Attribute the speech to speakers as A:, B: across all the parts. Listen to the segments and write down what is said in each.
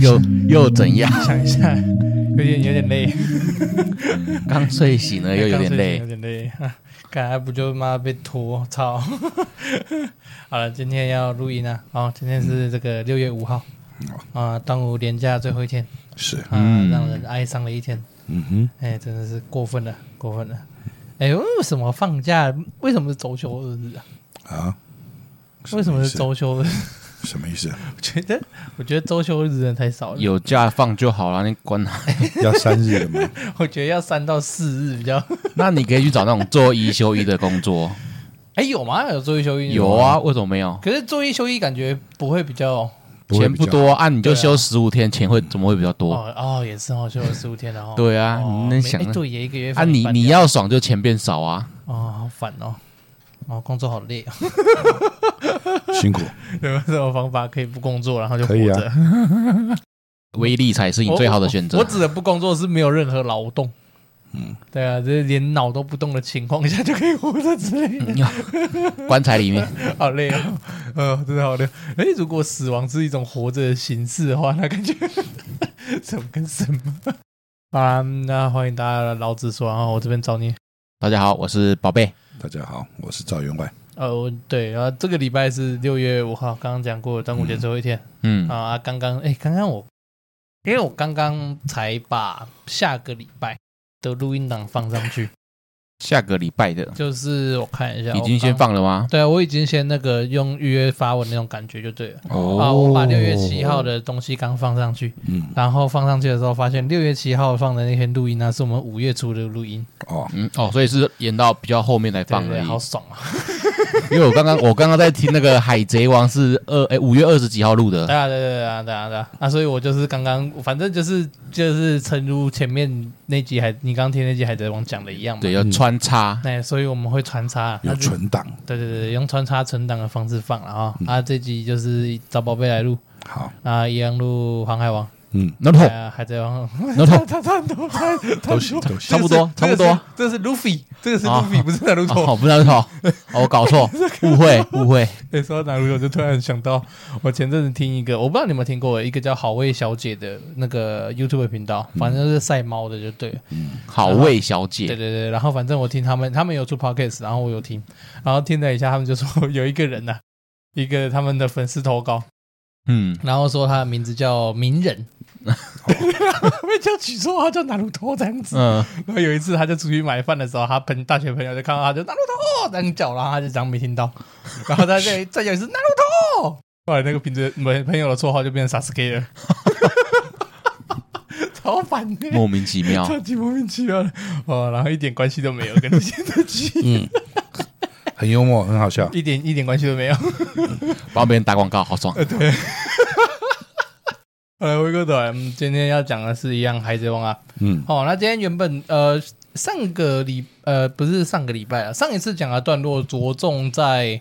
A: 又又怎样？
B: 想一下， 有点有点累，
A: 刚睡醒 了又有点累
B: 有。点累。 刚才不就妈被拖操！ 好了，今天要录音啊。好，今天是这个六月五号
A: 嗯
B: 啊，端午连假最后一天
C: 是，
B: 啊，让人哀伤的一天。
C: 嗯哼，
B: 哎，真的是过分了，过分了。哎，为什么放假？为什么是周休二日啊？
C: 啊，
B: 为什么
C: 意
B: 是
C: 思
B: 周休二日？
C: 什么意思？
B: 我觉得，我觉得周休日的人太少了。
A: 有假放就好了，你管他。
C: 要三日了 吗？
B: 我觉得要三到四日比较。
A: 那你可以去找那种做一休一的工 作。
B: 哎，有吗？有周一休一？
A: 有。啊，为什么没有？
B: 可是周一休一感觉不会比较哦
C: 会
A: 钱
C: 比
A: 不
C: 较
A: 多啊，你就
B: 对啊
A: 休十五天，钱会怎么会比较多？
B: 哦也是哦，休了十五天了哦。
A: 对啊，
B: 哦，
A: 你能想
B: 没哎
A: 得
B: 对，也一个月
A: 啊？
B: 放一
A: 你
B: 半
A: 你
B: 这样
A: 要爽就钱变少啊。
B: 哦，好烦哦，哦 工作好累啊，
C: 辛苦，
B: 有没有什么方法可以不工作然后就活
C: 可以啊
B: 着？
A: 威力才是你最好的选择。
B: 我我我指的不工作是没有任何劳动。嗯，对啊，就是连脑都不动的情况下就可以活着之类
C: 嗯
B: 的，
A: 棺材里面，
B: 好累哦， 呃，真的好累。哎，如果死亡是一种活着的形式的话，那感觉 什么跟什么？ 啊，那欢迎大家来老子说，然后我这边找你。
A: 大家好，我是宝贝。
C: 大家好，我是赵员外，
B: 呃，我对，然后这个礼拜是六月五号，刚刚讲过端午节最后一天、
A: 嗯，
B: 啊。刚刚哎，刚刚我，因为我刚刚才把下个礼拜的录音档放上 去，
A: 下个礼拜的
B: 就是我看一下，
A: 已经先
B: 我刚。
A: 放了吗？
B: 对，啊我已经先那个用预约发文那种感觉就对了。啊，
A: 哦
B: 我把六月七号，的东西刚放上去，
C: 嗯，
B: 然后放上去的时候发现六月七号放的那天录音呢、是我们五月初的录音，
C: 哦，
A: 嗯，哦，所以是延到比较后面才
B: 对
A: 放
B: 对
A: 而
B: 对，
A: 已。
B: 好爽啊！
A: 因为我刚刚我刚刚在听那个《海贼王》是二哎五月二十几号录
B: 对
A: 的，
B: 啊，对对对啊，对啊，对啊，啊，所以我就是刚刚，反正就是就是，诚如前面那集海，你刚刚听那集海贼王讲的一样嘛。
A: 对，要穿插。
B: 那、所以我们会穿插，
C: 有
B: 那就
C: 存档，
B: 对对对，用穿插存档的方式放了啊、
A: 嗯
B: 啊，这集就是找宝贝来录
C: 好，
B: 啊，一样录《航海王》
A: 哦
C: 嗯，
A: No no
B: 啊，《海 贼王》
A: no no，
B: 他他他他
C: 都行都行，
A: 差不多差不多。
B: 这个是这个是 Luffy，这个是
A: 啊
B: Luffy，不是 Naruto。
A: 哦，不知道错，哦，我搞 错，误会误会。
B: 欸，说到哪里，我就突然想到，我前阵子听一个，我不知道你有没有听过一个叫好味小姐的那个 YouTube 频道，反正就是晒猫的，就对了。
A: 好味小
B: 对
A: 姐，
B: 对对，然后反正我听他们，他们有出 podcast，然后我有听，然后听了一下，他们就说 有一个人呐、啊一个他们的粉丝投稿，
A: 嗯，
B: 然后说他的名字叫鸣人， 被叫取绰号叫哪路头这样子。
A: 嗯，
B: 然后有一次他就出去买饭的时候，他朋大学朋友就看到他就拿路头这样叫，然后他就讲没听到，然后他再再讲一次拿路头，后来那个平时朋朋友的绰号就变成 Sasuke 了， 超烦的、
A: 莫名其妙。
B: 超级莫名其妙的哦，然后一点关系都没有，跟这些东西
C: 嗯， 很幽默，很好笑，
B: 一点一点关系都没有。
A: 帮别人打广告，好爽。
B: 呃，回过头来，嗯，今天要讲的是一样《海贼王》啊。
C: 嗯，
B: 哦，那今天原本呃上个礼呃不是上个礼拜啊，上一次讲的段落着重在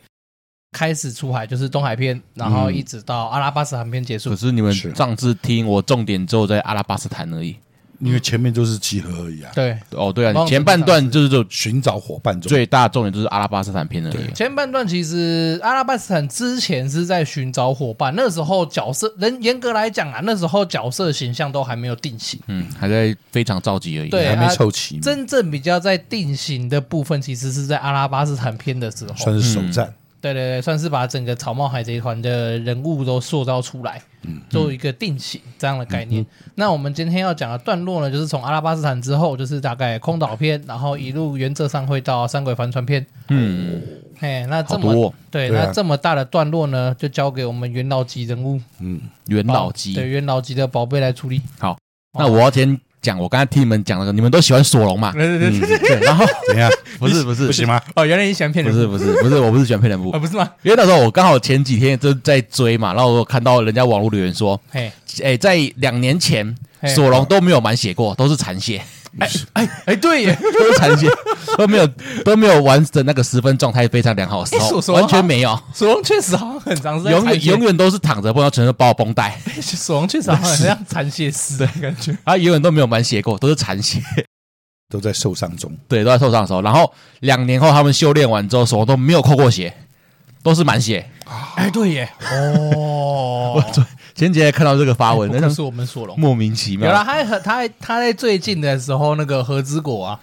B: 开始出海，就是东海篇，然后一直到阿拉巴斯航篇结束
A: 可。
C: 嗯
A: 是你们
C: 是
A: 上次听我重点只有在阿拉巴斯坦而已。
C: 因为前面都是集合而已啊，
B: 对，
A: 哦，对啊，
B: 帮
A: 你
B: 我们
A: 前半段就是就
C: 寻找伙伴中，
A: 最大重点就是阿拉巴斯坦篇而
C: 嗯
A: 已。
B: 前半段其实阿拉巴斯坦之前是在寻找伙伴，那时候角色人严格来讲啊，那时候角色形象都还没有定型。
A: 嗯，还在非常着急而已。
B: 对
C: 还
B: 啊
C: 没凑齐嘛，
B: 真正比较在定型的部分，其实是在阿拉巴斯坦篇的时候，
C: 算是首战，
B: 对对对，算是把整个草帽海贼团的人物都塑造出来，
A: 嗯
B: 做一个定型这样的概念。那我们今天要讲的段落呢，就是从阿拉巴斯坦之后，就是大概空岛篇，然后一路原则上会到三鬼帆船篇。
A: 嗯，
B: 哎，那这
A: 好多
B: 么
A: 哦
B: 对，
C: 对啊
B: 那这么大的段落呢，就交给我们元老级人物
C: 嗯，
A: 元老
B: 对
A: 级。
B: 元老级的宝贝来处理。
A: 那我要先讲，我刚才听你们讲那个，你们都喜欢索隆 嘛？嗯
B: 对对对，
A: 对，然后
C: 怎样？
A: 不是不是
C: 不行吗？
B: 哦，原来你喜欢骗
A: 不
B: 人
A: 是不是不是，我不是喜欢配人部
B: 啊，，不是吗？
A: 因为那时候我刚好前几天就在追嘛，然后我看到人家网络留言说，
B: 嘿，
A: 哎、在两年前
B: 嘿
A: 索隆都没有满血过，都是残血，
B: 哎，对耶，
A: 都是残血，都没有都没有完整那个十分状态非常良好的时
B: 哎
A: 候
B: 索，索隆
A: 完全没有，
B: 索隆确实好像很常是在
A: 永
B: 残
A: 远
B: 血
A: 永远都是躺着，不然全是包绷带，
B: 索隆确实好像很像残血师的感觉。
A: 啊，永远都没有满血过，都是残血，
C: 都在受伤中，
A: 对，都在受伤的时候，然后两年后他们修炼完之后，索隆都没有扣过血，都是满血。
B: 哎，对耶， 哦，
A: 前几天看到这个发文，
B: 哎不
A: 那
B: 愧
A: 种
B: 是我们索隆。
A: 莫名其
B: 有
A: 妙，
B: 啦，他和他还他在最近的时候，那个和之果啊，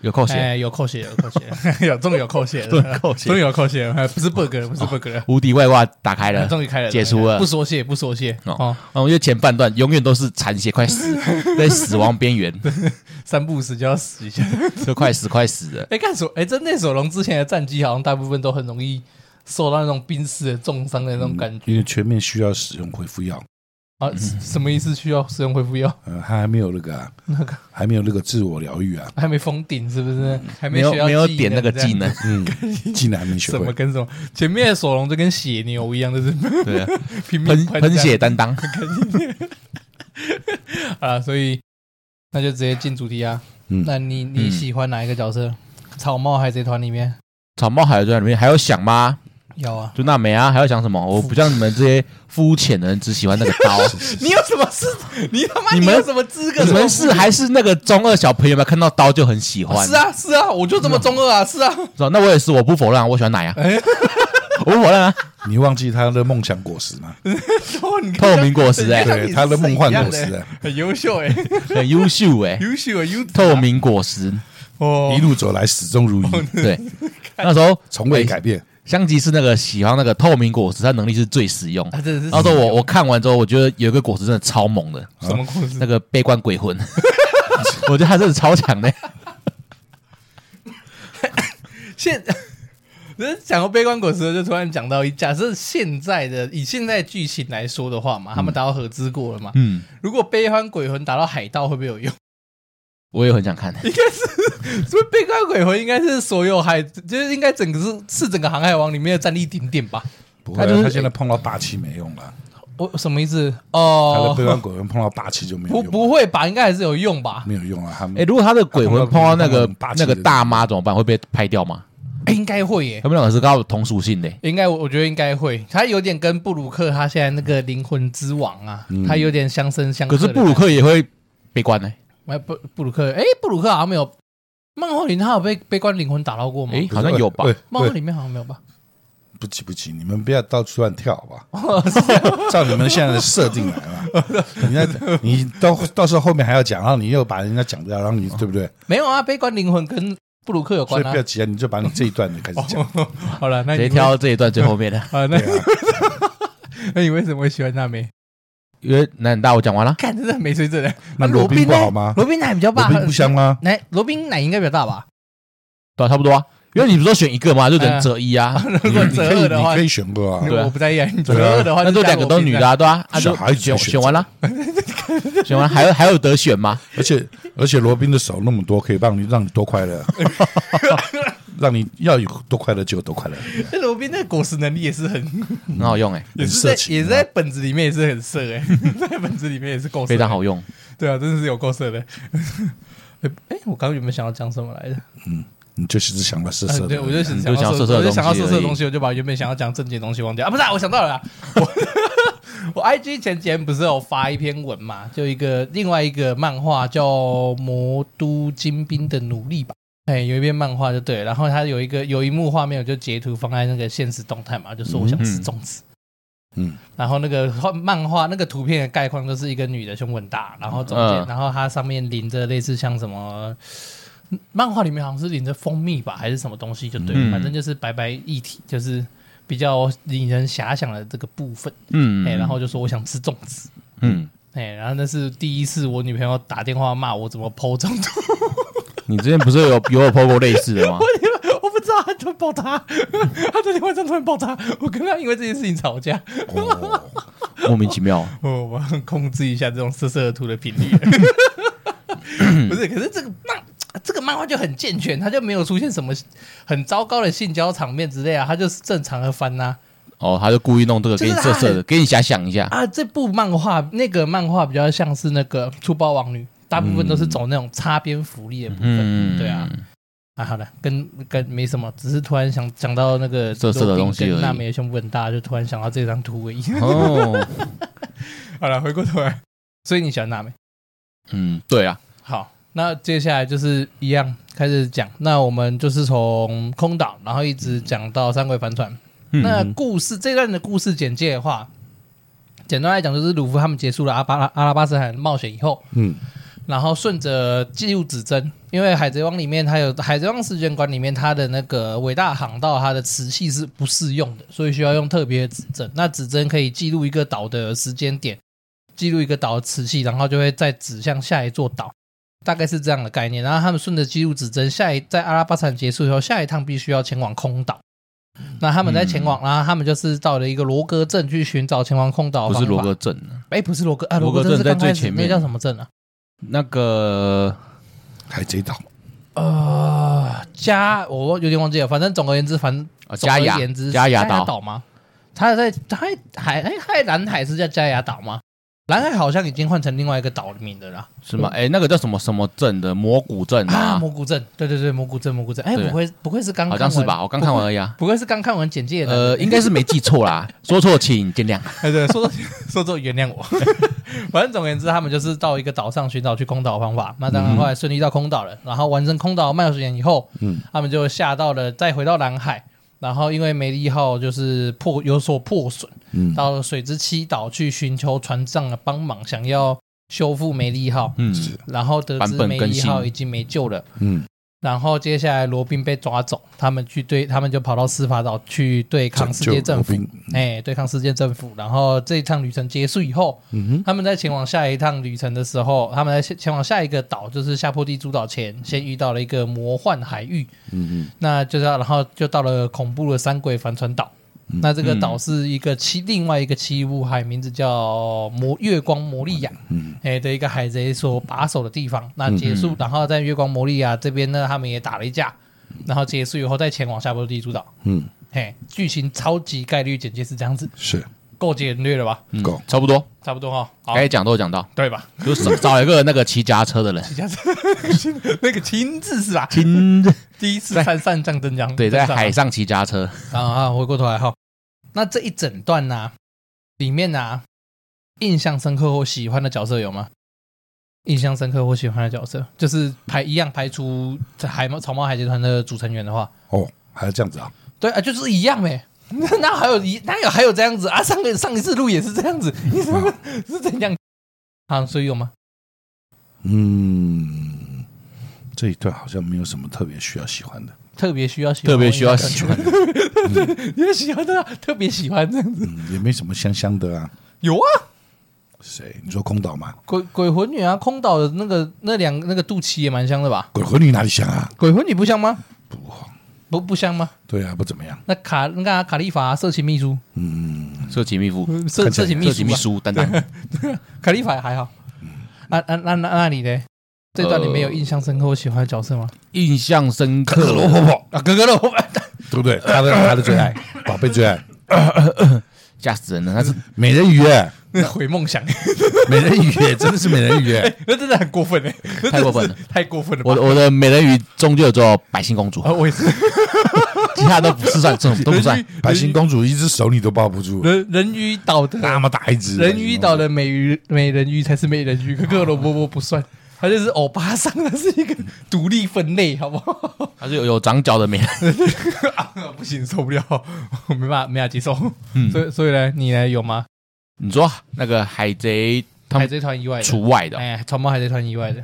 A: 有扣血，
B: 哎，有扣血，有扣 血，有终于有扣血了，
A: 终于扣血
B: 终于有扣血了，哎不是 bug，了不是 bug，了
A: 无敌外挂打开了，
B: 终于开了，
A: 哎解除了
B: 不缩血，不缩血，
A: 哦
B: 哦，，
A: 哦，因为前半段永远都是残血，快死，在死亡边缘，
B: 三不五时就要死一下。
A: 就快死，快死了。
B: 哎，干索，哎，真的索隆之前的战绩好像大部分都很容易受到那种濒死的重伤的那
A: 嗯
B: 种感
C: 因
B: 觉
C: 为全面需要使用恢复药，
B: 啊，什什么意思？需要使用恢复药？
C: 呃，他还没有那个、啊、
B: 那个
C: 还没有那个自我疗愈啊，
B: 还没封顶是不是？还
A: 没有
B: 学到
A: 没有
B: 技
A: 点那个
B: 这样
A: 技能，
C: 嗯， 竟然还没学
B: 什么
C: 会，
B: 跟什么？前面的索隆就跟血牛一样，就是
A: 对啊，
B: 拼命
A: 喷
B: 喷
A: 喷
B: 这样
A: 血担当。
B: 啊，所以那就直接进主题啊。
C: 嗯
B: 那你你
A: 嗯
B: 喜欢哪一个角色？草帽海贼团里面
A: 草帽海在里面还有想吗？
B: 有 啊？
A: 就那没啊，还要想什么？我不像你们这些肤浅的人，只喜欢那个刀。
B: 你有什么资？你他妈
A: 你们
B: 有什么资格？
A: 你们是还是那个中二小朋友们看到刀就很喜欢？
B: 是，啊是啊，我就这么中二啊是啊。
A: 是吧？那我也是，我不否认啊，我喜欢奶啊， 我不否认啊。
C: 你忘记他的梦想果实吗？
B: 哦你
A: 透明果实哎
B: 你看
C: 对，他的梦幻果
B: 你是一
C: 实
B: 样的
C: 啊，
B: 很优秀哎，
A: 很优秀 哎、
B: 优秀啊优质啊
A: 透明果实，
B: 哦
C: 一路走来始终如一，
A: 对，那时候
C: 从未改变。
A: 香吉是那个喜欢那个透明果实，它能力是最实用。
B: 啊真的是
A: 那时候我我看完之后，我觉得有一个果实真的超猛的，
C: 嗯
B: 什么故事
A: 那？个悲观鬼魂， 我觉得它真的超强的。
B: 现 人讲到悲观果实的时候，就突然讲到一，假设现在的以现在剧情来说的话
C: 嗯
B: 嘛，他们打到合资过了嘛，
A: 嗯，
B: 如果悲欢鬼魂打到海盗会不会有用？
A: 我也很想看。
B: 应该是，所以悲观鬼魂应该是所有海，就是应该整个是是整个航海王里面的战力顶点吧？
C: 不会啊
A: 他就是，
C: 他现在碰到霸气没用了，
B: 我什么意思？
C: 他的
B: 哦、
C: 悲观鬼魂碰到霸气就没有
B: 不
C: 用了，
B: 不会吧？应该还是有用吧？
C: 没有用啊。他们
A: 哎、如果他的鬼魂碰到那
C: 他
A: 个
C: 们霸气
A: 那
C: 的
A: 个大妈怎么办？会被拍掉吗？
B: 哎应该会耶。
A: 他们两个是刚好同属性的、
C: 嗯
B: 应该我我觉得应该会，他有点跟布鲁克他现在那个灵魂之王啊，
C: 嗯
B: 他有点相生相克
A: 可
B: 的
A: 是
B: 感觉。
A: 布鲁克也会悲观呢、
B: 哎，布布鲁克，哎，布鲁克好像没有，漫画里他有被被关灵魂打到过吗？
A: 哎好像有吧
C: 喂
B: 漫画
C: 喂
B: 里面好像没有吧？
C: 不急不急，你们不要到处乱跳好吧？ 照你们现在的设定来嘛。你那，你到到时候后面还要讲，然后你又把人家讲掉，然后你对不对？
B: 没有啊，被关灵魂跟布鲁克有
C: 所
B: 关
C: 以
B: 啊
C: 不要。急啊，你就把你这一段的开始讲。
B: 好了，那
A: 直接
B: 你，
A: 挑这一段最后面 的
B: 哦啊？那
C: 对啊，
B: 那你为什么会喜欢娜美？
A: 因为南大我讲完了，
B: 看，真的没水准的。
C: 那罗宾不好吗
B: 罗宾奶比较
C: 罗
B: 大，
C: 宾不香 吗？
B: 奶罗宾奶应该比较大吧？
A: 对、啊，差不多啊。因为你不是说选一个吗？就只
C: 哎
A: 能择一 啊，
B: 如
C: 你
B: 果
C: 你
B: 择
C: 可以
B: 二的
C: 你
B: 话
C: 可，以选个啊
B: 你。
A: 对啊
B: 我不在意啊。你择
C: 对啊
B: 二的话，
A: 那就两个都女的。啊，对啊，啊
C: 小
A: 就
C: 孩子
A: 选
C: 选
A: 选完了， 选完了还有还有得选吗？
C: 而且而且罗宾的手那么多，可以让你让你多快乐，啊 让你要有多快乐就有多快乐。
B: 那罗宾的果实能力也是很，
A: 很好用哎，
B: 也是在
C: 色情啊
B: 也是在本子里面也是很色哎， 在本子里面也是够色
A: 非
B: 的
A: 常好用。
B: 对啊，真的是有够色的。 哎、我刚刚有没有想要讲什么来着？
C: 你就是只想到色
B: 啊
C: 色
B: 对，
C: 的，
B: 我就想
A: 你就想
B: 到
A: 要
B: 色
A: 色色的
B: 我就想到
A: 东西
B: 色色的
A: 而已
B: 东西，我就把原本想要讲正经的东西忘掉啊！不是、啊，我 想到了啦，我我 IG 前几天不是有发一篇文嘛，就一个另外一个漫画叫《魔都精兵的努力》吧。哎，有一篇漫画就对了，然后它有一个有一幕画面，我就截图放在那个现实动态嘛，就说我想吃
A: 嗯
B: 粽子。
C: 嗯，
B: 然后那个画漫画那个图片的概况就是一个女的胸部很大，然后中间，
A: 嗯
B: 然后它上面淋着类似像什么，漫画里面好像是淋着蜂蜜吧，还是什么东西，就对了，
A: 嗯
B: 反正就是白白一体，就是比较引人遐想的这个部分。
A: 嗯，
B: 哎、然后就说我想吃粽子，
A: 嗯，
B: 哎、然后那是第一次我女朋友打电话骂我怎么剖粽子，
A: 你之前不是有有我 PO 过类似的吗？
B: 我不知道她突然爆炸， 她昨天晚上突然爆炸，我跟她因为这件事情吵架。
C: 哦
A: 莫名其妙，
B: 哦，我要控制一下这种色色的图的频 率。不是，可是这个漫这个漫画就很健全，它就没有出现什么很糟糕的性交场面之类啊，它就是正常的啊翻呐、
A: 哦，他就故意弄这个给你色色的，给你遐想一下，
B: 啊。这部漫画那个漫画比较像是那个《粗暴王女》，大部分都是走那种擦边福利的部分，
A: 嗯，
B: 对啊。啊，好了，跟跟没什么，只是突然想讲到那个
A: 色色的东西而已
B: 那美的胸部很大，就突然想到这张图 而已。
A: 哦，
B: 好了，回过头来， 所以你喜欢娜美？
A: 嗯，对啊，
B: 好，那接下来就是一样开始讲。那我们就是从空岛，然后一直讲到三鬼帆船，那故事这段的故事简介的话，简单来讲就是鲁夫他们结束了阿巴拉阿拉巴斯海冒险以后，
C: 嗯，
B: 然后顺着记录指针，因为《海贼王》里面它有《海贼王世界观》里面它的那个伟大航道，它的磁器是不适用的，所以需要用特别的指针。那指针可以记录一个岛的时间点，记录一个岛的磁器，然后就会再指向下一座岛，大概是这样的概念。然后他们顺着记录指针，下一在阿拉巴斯坦结束以后，下一趟必须要前往空岛。那他们在前往，然后他们就是到了一个罗格镇去寻找前往空岛的
A: 不
B: 方
A: 是
B: 法。
A: 罗格镇啊，
B: 哎，不是罗格，啊，
A: 罗格
B: 罗格镇
A: 镇
B: 是
A: 在
B: 刚开
A: 最
B: 始
A: 前
B: 那
A: 面
B: 叫什么镇啊？
A: 那个
C: 海贼岛
B: 呃，加我有点忘记了，反正总而言之，反正
A: 啊
B: 总
A: 加
B: 而
A: 雅
B: 言之，
A: 加雅
B: 岛
A: 岛，
B: 吗？他在他海哎，他在南海是叫加雅岛吗？南海好像已经换成另外一个岛名的啦。
A: 是吗？哎，那个叫什么什么镇的蘑菇镇
B: 啊，
A: 啊
B: 蘑，菇镇，对对对，蘑菇镇，蘑菇镇，哎，
A: 对啊
B: 不会不会是刚
A: 好像是
B: 看完
A: 吧？我刚看完而已 啊。
B: 不会是刚看完简介的？
A: 呃，应该是没记错啦， 说错请见谅。
B: 哎，对，说 说之后原谅我。 反正总而言之，他们就是到一个岛上寻找去空岛的方法。那
A: 嗯
B: 当然后来顺利到空岛了，然后完成空岛冒险以后，
C: 嗯
B: 他们就下到了，再回到南海。然后因为梅利号就是破有所破损，
C: 嗯
B: 到了水之七岛去寻求船长的帮忙，想要修复梅利号。
A: 嗯，
B: 然后得
A: 版
B: 知
A: 本
B: 梅
A: 更
B: 利
A: 新
B: 号已经没救了，
C: 嗯，
B: 然后接下来罗宾被抓走，他们去对他们就跑到司法岛去对抗世界政府
C: 拯救罗宾，
B: 哎、对抗世界政府。然后这一趟旅程结束以后，
C: 嗯
B: 他们在前往下一趟旅程的时候，他们在前前往下一个岛，就是下坡地诸岛前，先遇到了一个魔幻海域，
C: 哼，嗯
B: 那就是要然后就到了恐怖的三鬼帆船岛。那这个岛是一个七，另外一个七五海，名字叫魔月光魔力亚，
C: 嗯
B: 哎的一个海贼所把守的地方。那结束，然后在月光魔力亚这边呢，他们也打了一架，然后结束以后再前往下坡地主岛。
C: 嗯，
B: 嘿，剧情超级概率简介是这样子，
C: 是
B: 够简略了吧？
A: 嗯
C: 够
A: 差不多，
B: 差不多哈，好，
A: 该讲都有讲到，
B: 对吧？
A: 就是找一个那个骑脚踏车的人，
B: 这样子， 那个亲自是吧？
A: 亲，
B: 第一次参上战争江，
A: 对，在海
B: 上
A: 上骑脚踏车，
B: 啊啊！回过头来哈，那这一整段呢、里面呢、印象深刻或喜欢的角色有吗？印象深刻或喜欢的角色，就是排一样排除在海猫草帽海贼团的组成员的话，
C: 哦，还要这样子啊？
B: 对啊，就是一样呗、 那那还有一那有还有这样子啊？上个上一次录也是这样子， 你怎么是怎样？啊，所以有吗？
C: 嗯，这一段好像没有什么特别需要喜欢的，
B: 特别需要喜欢，
A: 特别需要喜欢，
B: 你要喜欢的、啊，特别喜欢这样子，
C: 嗯，也没什么香香的啊。
B: 有啊，
C: 谁？你说空岛吗？
B: 鬼鬼魂女啊，空岛的那个那两那个肚脐也蛮香的吧？
C: 鬼魂女哪里香啊？
B: 鬼魂你不香吗？不不不香吗？
C: 对啊，不怎么样。嗯
B: 那卡那个啊卡利法色情秘书，
A: 色情秘书，
B: 色
C: 看起
B: 色
C: 来
B: 情
A: 色
B: 秘书啊，
A: 情秘书担 当，
B: 卡利法还好。啊啊那那那你呢？这段你没有印象深刻或喜欢的角色吗？
A: 印象深
C: 格嗯格罗
A: 刻。
C: 婆婆，
B: 啊，哥哥的伙
C: 对不对？她的她的最爱，宝贝最爱，
A: 吓死人了！ 他是
C: 美人鱼哎，
B: 伴毁梦想，
C: 美人鱼哎，真的是美人鱼哎。
B: 那真的很过分哎，那
A: 太
B: 真的是
A: 过分了，
B: 太过分了吧。
A: 我的我的美人鱼终究只有白星 公主
B: 啊，，我也是，
A: 其他都不是算， 这种都不算
B: 人。
C: 白雪公主一只手你都抱不住，
B: 人人鱼岛的
A: 啊
C: 那么大一只
B: 人鱼岛的美鱼美人鱼才是美人鱼，可克罗波波不算，他就是欧巴桑，他是一个独立分类，好不好？
A: 他是有有长角的美人，
B: 啊，不行，受不了， 我没办法，没法接受。
A: 嗯
B: 所以所以呢，你呢有吗？
A: 你说那个海贼他
B: 海
A: 们
B: 贼团以外的，
A: 除外的
B: 哎，船猫海贼团 以外的，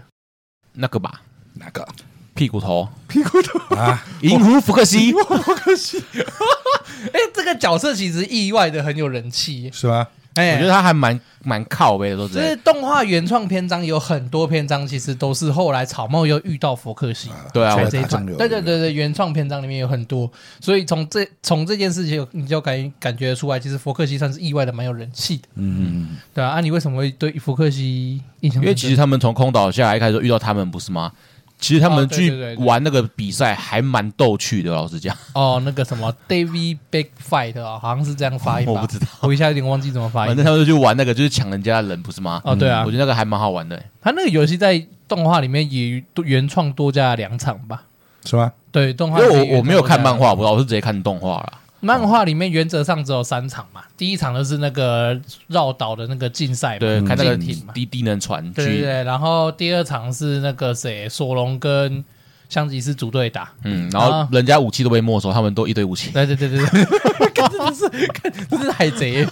A: 那个吧，
C: 哪个
A: 屁股头
B: 屁股头，
C: 啊？
A: 银狐福克西，
B: 好可惜。 哎，这个角色其实意外的很有人气耶，
C: 是吗？
B: 哎，
A: 我觉得他还蛮蛮靠背的，说实
B: 就
A: 在
B: 是动画原创篇章有很多篇章，其实都是后来草帽又遇到佛克西，
A: 对啊，
C: 还
B: 海
A: 我
C: 有
B: 贼
C: 打
B: 团，
C: 酱油
B: 对对对对，原创篇章里面有很多，所以从这从这件事情，你就感感觉出来，其实佛克西算是意外的蛮有人气的，
C: 嗯，
B: 对啊，啊，你为什么会对佛克西印象深刻？
A: 因为其实他们从空岛下来一开始就遇到他们不是吗？其实他
B: 哦
A: 们
B: 对对
A: 去
B: 对对
A: 玩那个比赛还蛮逗趣的，老实讲，
B: 哦，那个什么 David Big Fight 啊、好像是这样发音吧？
A: 我不知道，
B: 我一下有点忘记怎么发
A: 反
B: 音。
A: 正啊他们就去玩那个就是抢人家的人不是吗？嗯
B: 哦，对啊
A: 我，觉得那个还蛮好玩的、
B: 他那个游戏在动画里面也原创多加了两场吧？
C: 是吗？
B: 对，动
A: 因
B: 画里面
A: 为我我没有看漫
B: 原
A: 画，我
B: 创多加了，
A: 不知道，我是直接看动画啦。
B: 漫画里面原则上只有三场嘛，第一场就是那个绕岛的那个竞赛嘛，
A: 对，看那个
B: 嗯竞艇嘛
A: 低低能船
B: 对对
A: 去
B: 对，然后第二场是那个谁，索隆跟香吉士组队打。
A: 嗯，然后
B: 啊
A: 人家武器都被没收，他们都一堆武器。
B: 对对对对对， 嗯看真的是看真是海贼，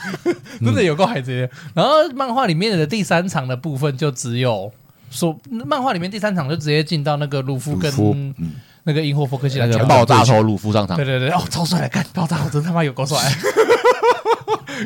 B: 真的有够海贼的。然后漫画里面的第三场的部分就只有说，漫画里面第三场就直接进到那个鲁夫
C: 鲁夫
B: 跟那个萤火佛克西
A: 那
B: 来
A: 个
B: 讲。
A: 爆炸头鲁夫上场
B: 对，对对，哦，超帅的，干爆炸头真他妈有够 帅！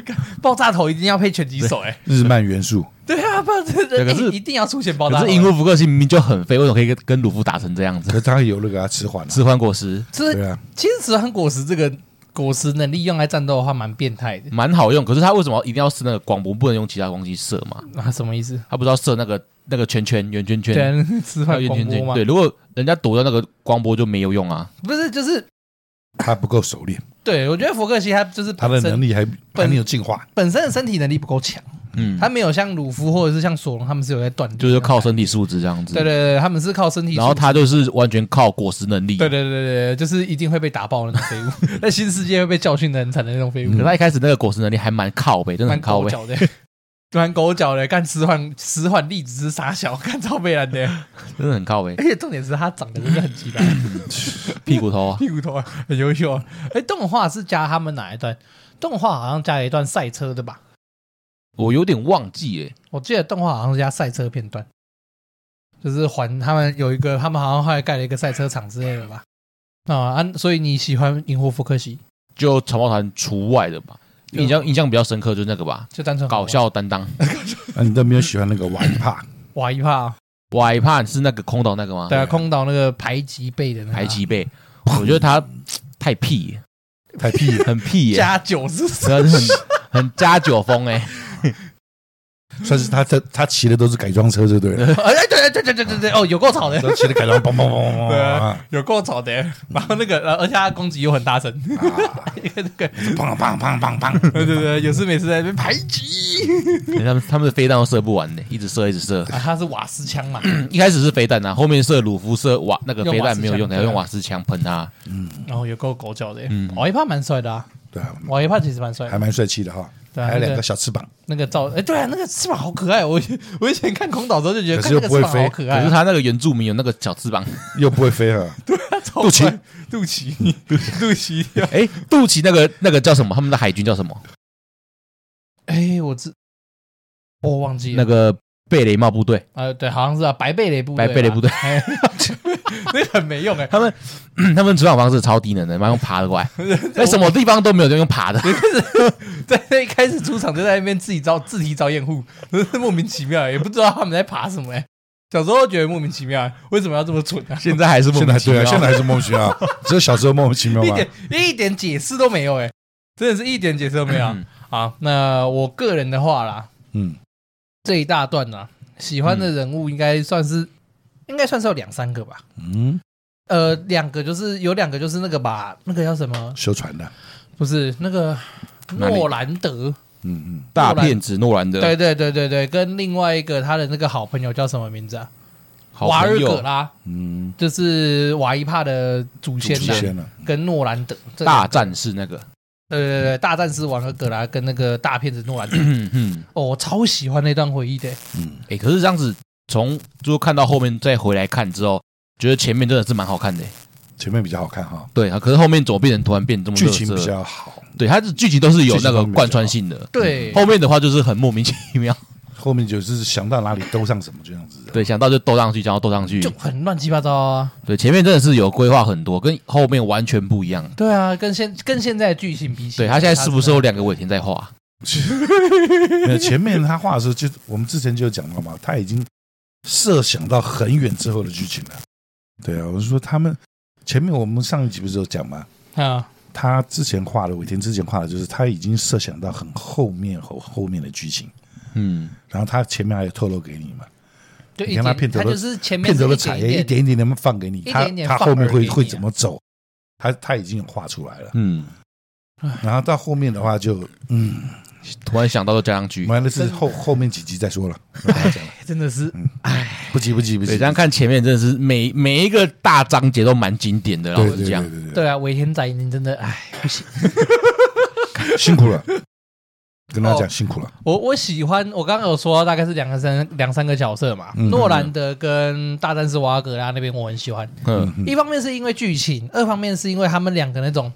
B: 干爆炸头一定要配拳击手哎、
C: 日漫元素，
B: 对啊，不然这
A: 对可是
B: 这一定要出现爆炸
A: 可
B: 头。
A: 是银护福克星明明就很废，为什么可以跟跟鲁夫打成这样 子？
C: 可是他有那个啊，迟缓啊，
A: 吃欢果实
B: 这
C: 对啊，
B: 其实石和果实这个果实能力用来战斗的话，蛮变态的
A: 蛮好用，可是他为什么一定要射那个光波，不能用其他东西射嘛？
B: 啊！什么意思？
A: 他不知道射那个那个圈圈圆圈圈，
B: 对啊，吃
A: 还有
B: 饭
A: 圆
B: 广
A: 圈
B: 播
A: 圈。
B: 吗？
A: 对，如果人家躲到那个光波就没有用啊。
B: 不是，就是
C: 他不够熟练，
B: 对我觉得福克西他就是
C: 他的
B: 本身
C: 能力还还没有进化。
B: 本身的身体能力不够强，
A: 嗯，
B: 他没有像鲁夫或者是像索隆他们是有在锻炼，
A: 就是靠身体素质这样子。
B: 对对对，对他们是靠身体素质，
A: 然后他就是完全靠果实能力。
B: 对对对对对，就是一定会被打爆的那 种废物，在新世界会被教训的很惨的那种废物
A: 可是，他一开始那个果实能力还蛮靠背，真的
B: 蛮
A: 很靠
B: 狗
A: 背。
B: 脚的。蛮狗脚的，干迟缓迟缓粒子是傻小， 干超悲然的。
A: 真的很靠背
B: 而，且重点是他长得真的很奇怪，
A: 屁股 头啊，
B: 屁股头啊很优秀啊。哎，动画是加他们哪一段？动画好像加了一段赛车的吧？
A: 我有点忘记诶。
B: 我记得动画好像是加赛车片段，就是还他们有一个，他们好像后来盖了一个赛车场之类的吧。啊啊，所以你喜欢银火福克西，
A: 就草帽团除外的吧。
B: 就
A: 印象印象比较深刻就是那个吧，
B: 就单纯好
A: 搞
B: 玩
A: 笑担当。
C: 啊，你都没有喜欢那个玩帕，
B: 哇一怕、
A: 瓦一帕是那个空岛那个吗？
B: 对啊，空岛那个排级背的那个啊
A: 排齐贝，我觉得他太屁耶，
C: 太屁了，
A: 很屁耶，
B: 加九是
A: 真的是很很加酒风哎。
C: 算是他他他骑的都是改装车，就对 了，
B: 哎对对对对对对哦，有够吵的，
C: 他骑的改装，嘣嘣嘣嘣
B: 对
C: 嘣
B: 啊
C: 啊，
B: 有够吵的。然后那个，呃然后而且他攻击又很大声， 那个
C: 砰砰砰砰砰，
B: 对对对，有事没事在那边排挤。
A: 他们他们的飞弹都射不完的，一直射一直射。
B: 啊，他是瓦斯枪嘛，
A: 一开始是飞弹啊，后面射鲁夫射瓦那个
B: 用
A: 飞
B: 瓦
A: 弹
B: 斯
A: 没有用，
B: 枪
A: 才用
B: 对啊
A: 瓦斯枪喷他。
B: 然后有够狗脚的。瓦一帕蛮帅的啊，
C: 对啊，
B: 瓦一帕其实蛮帅的
C: 还。蛮帅气的哈，
B: 对啊
C: 还有两
B: 那
C: 个
B: 个
C: 小翅膀，
B: 那个造，哎、对啊， 那个翅膀好可爱哦。我以我以前看空岛之后就觉得，
C: 可
B: 看
C: 是又
B: 那个
C: 不会
B: 翅膀好
C: 飞
B: 可爱
A: 可
B: 啊、
A: 是他那个原住民有那个小翅 膀，
C: 又不会飞啊哈，
B: 他 超
C: 肚
B: 快
C: 脐
B: 肚脐， 肚脐掉。
A: 哎，肚脐那个那个叫什么？他们的海军叫什么？
B: 哎、我知，我忘记了
A: 那个贝雷帽部队，
B: 呃，对，好像是啊，白贝雷部队
A: 白
B: 吧，
A: 贝雷部队，
B: 哎， 那个很没用哎、
A: 他们 他们主场方式超低能的，蛮用爬的过 来，在什么地方都没有用爬的。
B: 在那一开始出场就在那边自己招自提招掩护， 真是莫名其妙，欸也不知道他们在爬什么哎、小时候觉得莫名其妙，为什么要这么蠢啊？
A: 现在还是莫
C: 现在
A: 名其
C: 对
A: 妙
C: 啊，，现在还是莫名其妙，只有小时候莫名其妙
B: 一
C: 嘛，
B: 点一点解释都没有哎、真的是一点解释都没有啊。
A: 嗯
B: 好，那我个人的话啦，
C: 嗯，
B: 这一大段呢、啊，喜欢的人物应该算是，
A: 嗯
B: 应该算是有两三个吧。
C: 嗯，
B: 呃，两个就是有两个就是那个吧，那个叫什么？
C: 修船的，
B: 不是那个
A: 哪里
B: 诺兰德，
C: 嗯嗯，
A: 大骗子诺兰的
B: 对对对对对，跟另外一个他的那个好朋友叫什么名字啊？
A: 好
B: 瓦尔
A: 朋
B: 葛
A: 友
B: 拉，
C: 嗯，
B: 就是瓦伊帕的祖
C: 祖
B: 先呐、
C: 先了，
B: 跟诺兰德这两
A: 大
B: 个
A: 战士那个，
B: 对对对，大战士瓦尔葛拉跟那个大骗子诺兰德，
A: 嗯嗯，
B: 哦，我超喜欢那段回忆的、
C: 嗯，
A: 哎，可是这样子从就看到后面再回来看之后，觉得前面真的是蛮好看的。
C: 前面比较好看哈，
A: 对啊，可是后面怎么变成突然变这么
C: 剧情
A: 热
C: 比
A: 嗯色
C: 较好，
A: 对，它的剧情都是有那
C: 剧情
A: 个
C: 方面
A: 贯穿性的。
B: 对，
A: 后面的话就是很莫名其妙，
C: 后面就是想到哪里兜上什么就这样子，
A: 对，想到就斗上去，想要斗上去
B: 就，很乱七八糟啊。
A: 对，前面真的是有规划很多，跟后面完全不一样。
B: 对啊，跟现跟现在的剧情比起
A: 对
B: 来，
A: 他现在是不是有
B: 真的
A: 两个尾田在画？啊
C: 没有前面他画的时候，就我们之前就有讲到嘛，他已经设想到很远之后的剧情了。对啊，我是说他们前面我们上一集不是有讲嘛，
B: 啊？
C: 他之前画的尾田之前画的就是他已经设想到很后面后后面的剧情，
A: 嗯，
C: 然后他前面还有透露给你嘛，
B: 就一
C: 你看他
B: 点，
C: 片头
B: 他
C: 的
B: 就是前面
C: 片头的
B: 是
C: 彩
B: 一点
C: 页一点一点的放给你，
B: 一
C: 他
B: 点一点
C: 他
B: 放
C: 后面
B: 饵给
C: 会
B: 你啊
C: 会怎么走，他他已经有画出来了。
A: 嗯，
C: 然后到后面的话就嗯，
A: 突然想到就加上去。
C: 完了是后后面几集再说了，不要讲了
B: 哎真的是
C: 嗯不急不急不急，
A: 对，这样看前面真的是每每一个大章节都蛮经典的，老
C: 对
A: 实
C: 对
A: 讲
C: 对，对对，
B: 对啊，尾田仔，你真的哎不行，
C: 辛苦了。跟大家讲
B: 哦
C: 辛苦了，
B: 我我喜欢，我刚刚有说大概是两个三两三个角色嘛，
C: 嗯
B: 诺兰的跟大战士瓦格拉那边我很喜欢，
A: 嗯，
B: 一方面是因为剧情，二方面是因为他们两个那种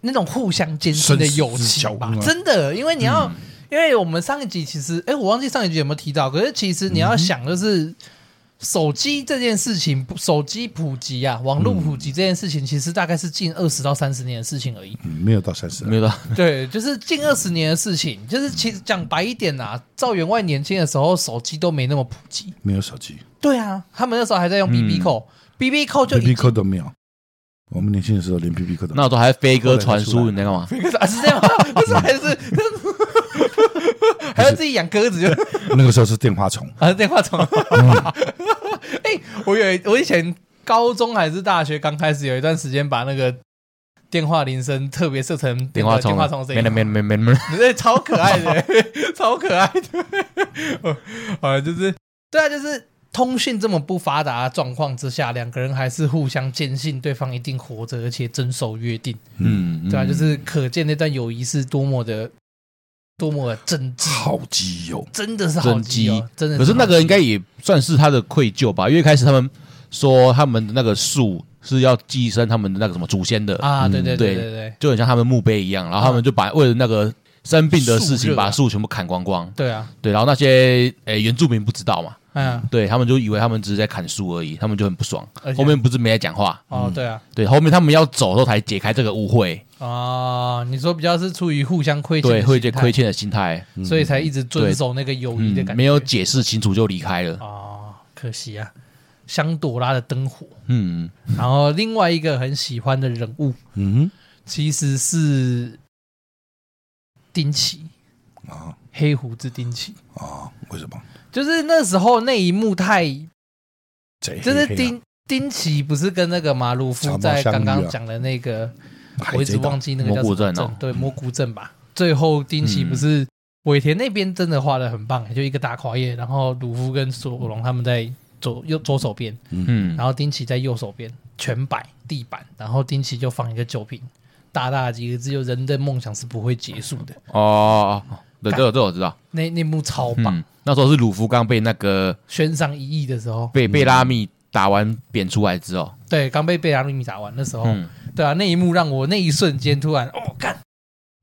B: 那种互相坚持的友情吧
C: 生死之交
B: 真
C: 嗯，
B: 的，因为你要，因为我们上一集其实，哎、我忘记上一集有没有提到，可是其实你要想就是。手机这件事情，手机普及啊，网络普及这件事情，其实大概是近二十到三十年的事情而已。
C: 嗯没有到三十，
A: 没有到，
B: 对，就是近二十年的事情。就是其实讲白一点啊，赵员外年轻的时候，手机都没那么普及。
C: 没有手机
B: 对啊，他们那时候还在用 BB 扣、b b 扣就已经
C: ，BB 扣都没有。我们年轻的时候连 BB 扣都没
A: 那
C: 有
A: 我都还飞鸽传
C: 后
A: 书，
C: 来
A: 你在干 嘛？
B: 可是啊，是这样吗？不是还是还要自己养鸽子就，
C: 那个时候是电话虫，
B: 还是电话虫？
A: 嗯
B: 哎，我有一我以前高中还是大学刚开始有一段时间，把那个电话铃声特别设成
A: 电话
B: 电
A: 虫
B: 话虫，声
A: 没
B: 音
A: 了，没了没了没了没了，
B: 对，超可爱的， 超可爱的， 啊，就是对啊，就是通讯这么不发达的状况之下，两个人还是互相坚信对方一定活着，而且遵守约定。
A: 嗯，
B: 对啊，
A: 嗯
B: 就是可见那段友谊是多么的多么的真挚，
C: 好基友，
B: 真的是好基友，真
A: 嗯
B: 的。
A: 可是那个应该也算是他的愧疚吧，因为一开始他们说他们的那个树是要寄生他们的那个什么祖先的，
B: 啊，对对对
A: 嗯对
B: 对对
A: 就很像他们墓碑一样，然后他们就把为了那个生病的事
B: 树
A: 情
B: 热啊
A: 把树全部砍光光，
B: 对啊，
A: 对，然后那些诶原住民不知道嘛，
B: 嗯，
A: 对他们就以为他们只是在砍树而已，他们就很不爽
B: 而。且
A: 后面不是没来讲话，
B: 哦，对啊，
A: 对，后面他们要走的时候才解开这个误会，
B: 啊，你说比较是出于互相亏欠，
A: 对，会这亏，欠的心态，
B: 所以才一直遵守那个友谊的
A: 嗯
B: 感觉，，
A: 没有解释清楚就离开了，
B: 啊，可惜啊，香朵拉的灯火，
A: 嗯，
B: 然后另外一个很喜欢的人物
C: 嗯
B: 其实是丁奇，
C: 哼啊
B: 黑胡子丁奇。
C: 啊，为什么？
B: 就是那时候那一幕太
C: 贼
B: 就是
C: 黑黑啊
B: 丁丁奇不是跟那个马鲁夫
C: 长毛
B: 在
C: 象
B: 刚
C: 鱼
B: 刚
C: 啊
B: 讲的那个，
C: 海
B: 我一直
C: 贼岛
B: 忘记那个
A: 蘑
B: 叫
A: 菇
B: 什么
A: 镇哦
B: 对蘑菇镇吧。最后丁奇不
C: 嗯
B: 是尾田那边真的画的很棒，就一个大跨页，然后鲁夫跟索隆他们在左右左手边，
A: 嗯，
B: 然后丁奇在右手边，全摆地板，然后丁奇就放一个酒瓶，大大几个字，就人的梦想是不会结束的。
A: 哦，对，这个这个我知道，
B: 那那幕超棒，
A: 嗯，那时候是鲁夫刚被那个
B: 悬赏一亿的时候，
A: 被被拉密打完扁出来之后，
B: 对，刚被贝拉米打完的时候，
A: 嗯，
B: 对啊，那一幕让我那一瞬间突然哦干，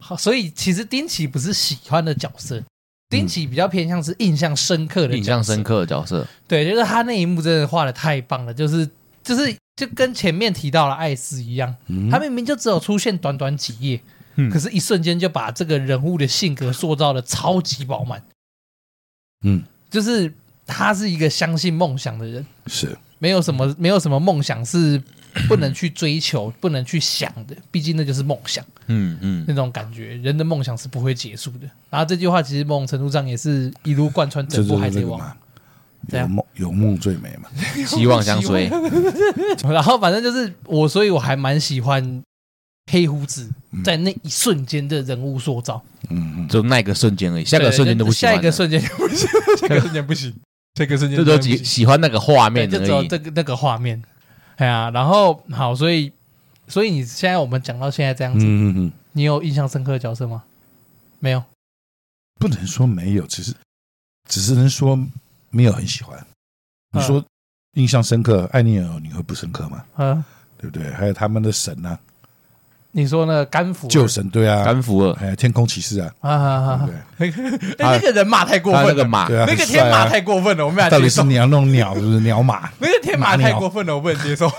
B: 好，所以其实丁奇不是喜欢的角色，丁奇比较偏向是印象深刻的，
A: 嗯印象深，刻的角色，
B: 对，就是他那一幕真的画的太棒了，就是就是就跟前面提到了艾斯一样，
C: 嗯
B: 他明明就只有出现短短几页，
A: 嗯
B: 可是一瞬间就把这个人物的性格塑造的超级饱满，
C: 嗯
B: 就是他是一个相信梦想的人，
C: 是
B: 没有什么没有什么梦想是不能去追求、不能去想的，毕竟那就是梦想
A: 嗯 嗯
B: 那种感觉。人的梦想是不会结束的。然后这句话其实某种程度上也是一路贯穿
C: 这
B: 整
C: 就
B: 部《
C: 是
B: 海
C: 那
B: 贼
C: 个
B: 王》
C: 嘛，
B: 怎
C: 有
B: 样
C: 梦有梦最美嘛，
A: 希望相随，
B: 然后反正就是我，所以我还蛮喜欢黑胡子
A: 嗯
B: 在那一瞬间的人物塑造。
C: 嗯嗯，
A: 就那个瞬间而已，下
B: 下
A: 个瞬间都不喜欢
B: 下
A: 了，
B: 一个瞬间就不 行，下一个瞬间不行，下一个瞬
A: 就
B: 间
A: 只有喜喜欢那个画
B: 对，
A: 面
B: 就只
A: 而
B: 有
A: 已
B: 这，个那个画面。哎呀，然后好，所以所以你现在我们讲到现在这样子，
C: 嗯嗯嗯，
B: 你有印象深刻的角色吗？没有
C: 不能说没有，只是只是能说没有很喜欢。你说印象深刻，艾尼尔你会不深刻吗？
B: 啊？
C: 对不对？还有他们的神啊，
B: 你说那个甘福
C: 旧神队啊，
A: 甘福尔，
C: 还有天空骑士啊，
B: 啊啊啊！啊
C: 对
B: 哎那个人马太过
A: 他那
B: 分
A: 个
B: 了，
A: 马
C: 对啊，
B: 那个
C: 很帅
B: 天马
C: 啊。
B: 太过分了，我没法
C: 到
B: 接
C: 底是
B: 受。
C: 你要弄鸟是不是鸟 马？
B: 那个天马太过分了，我不能 接受。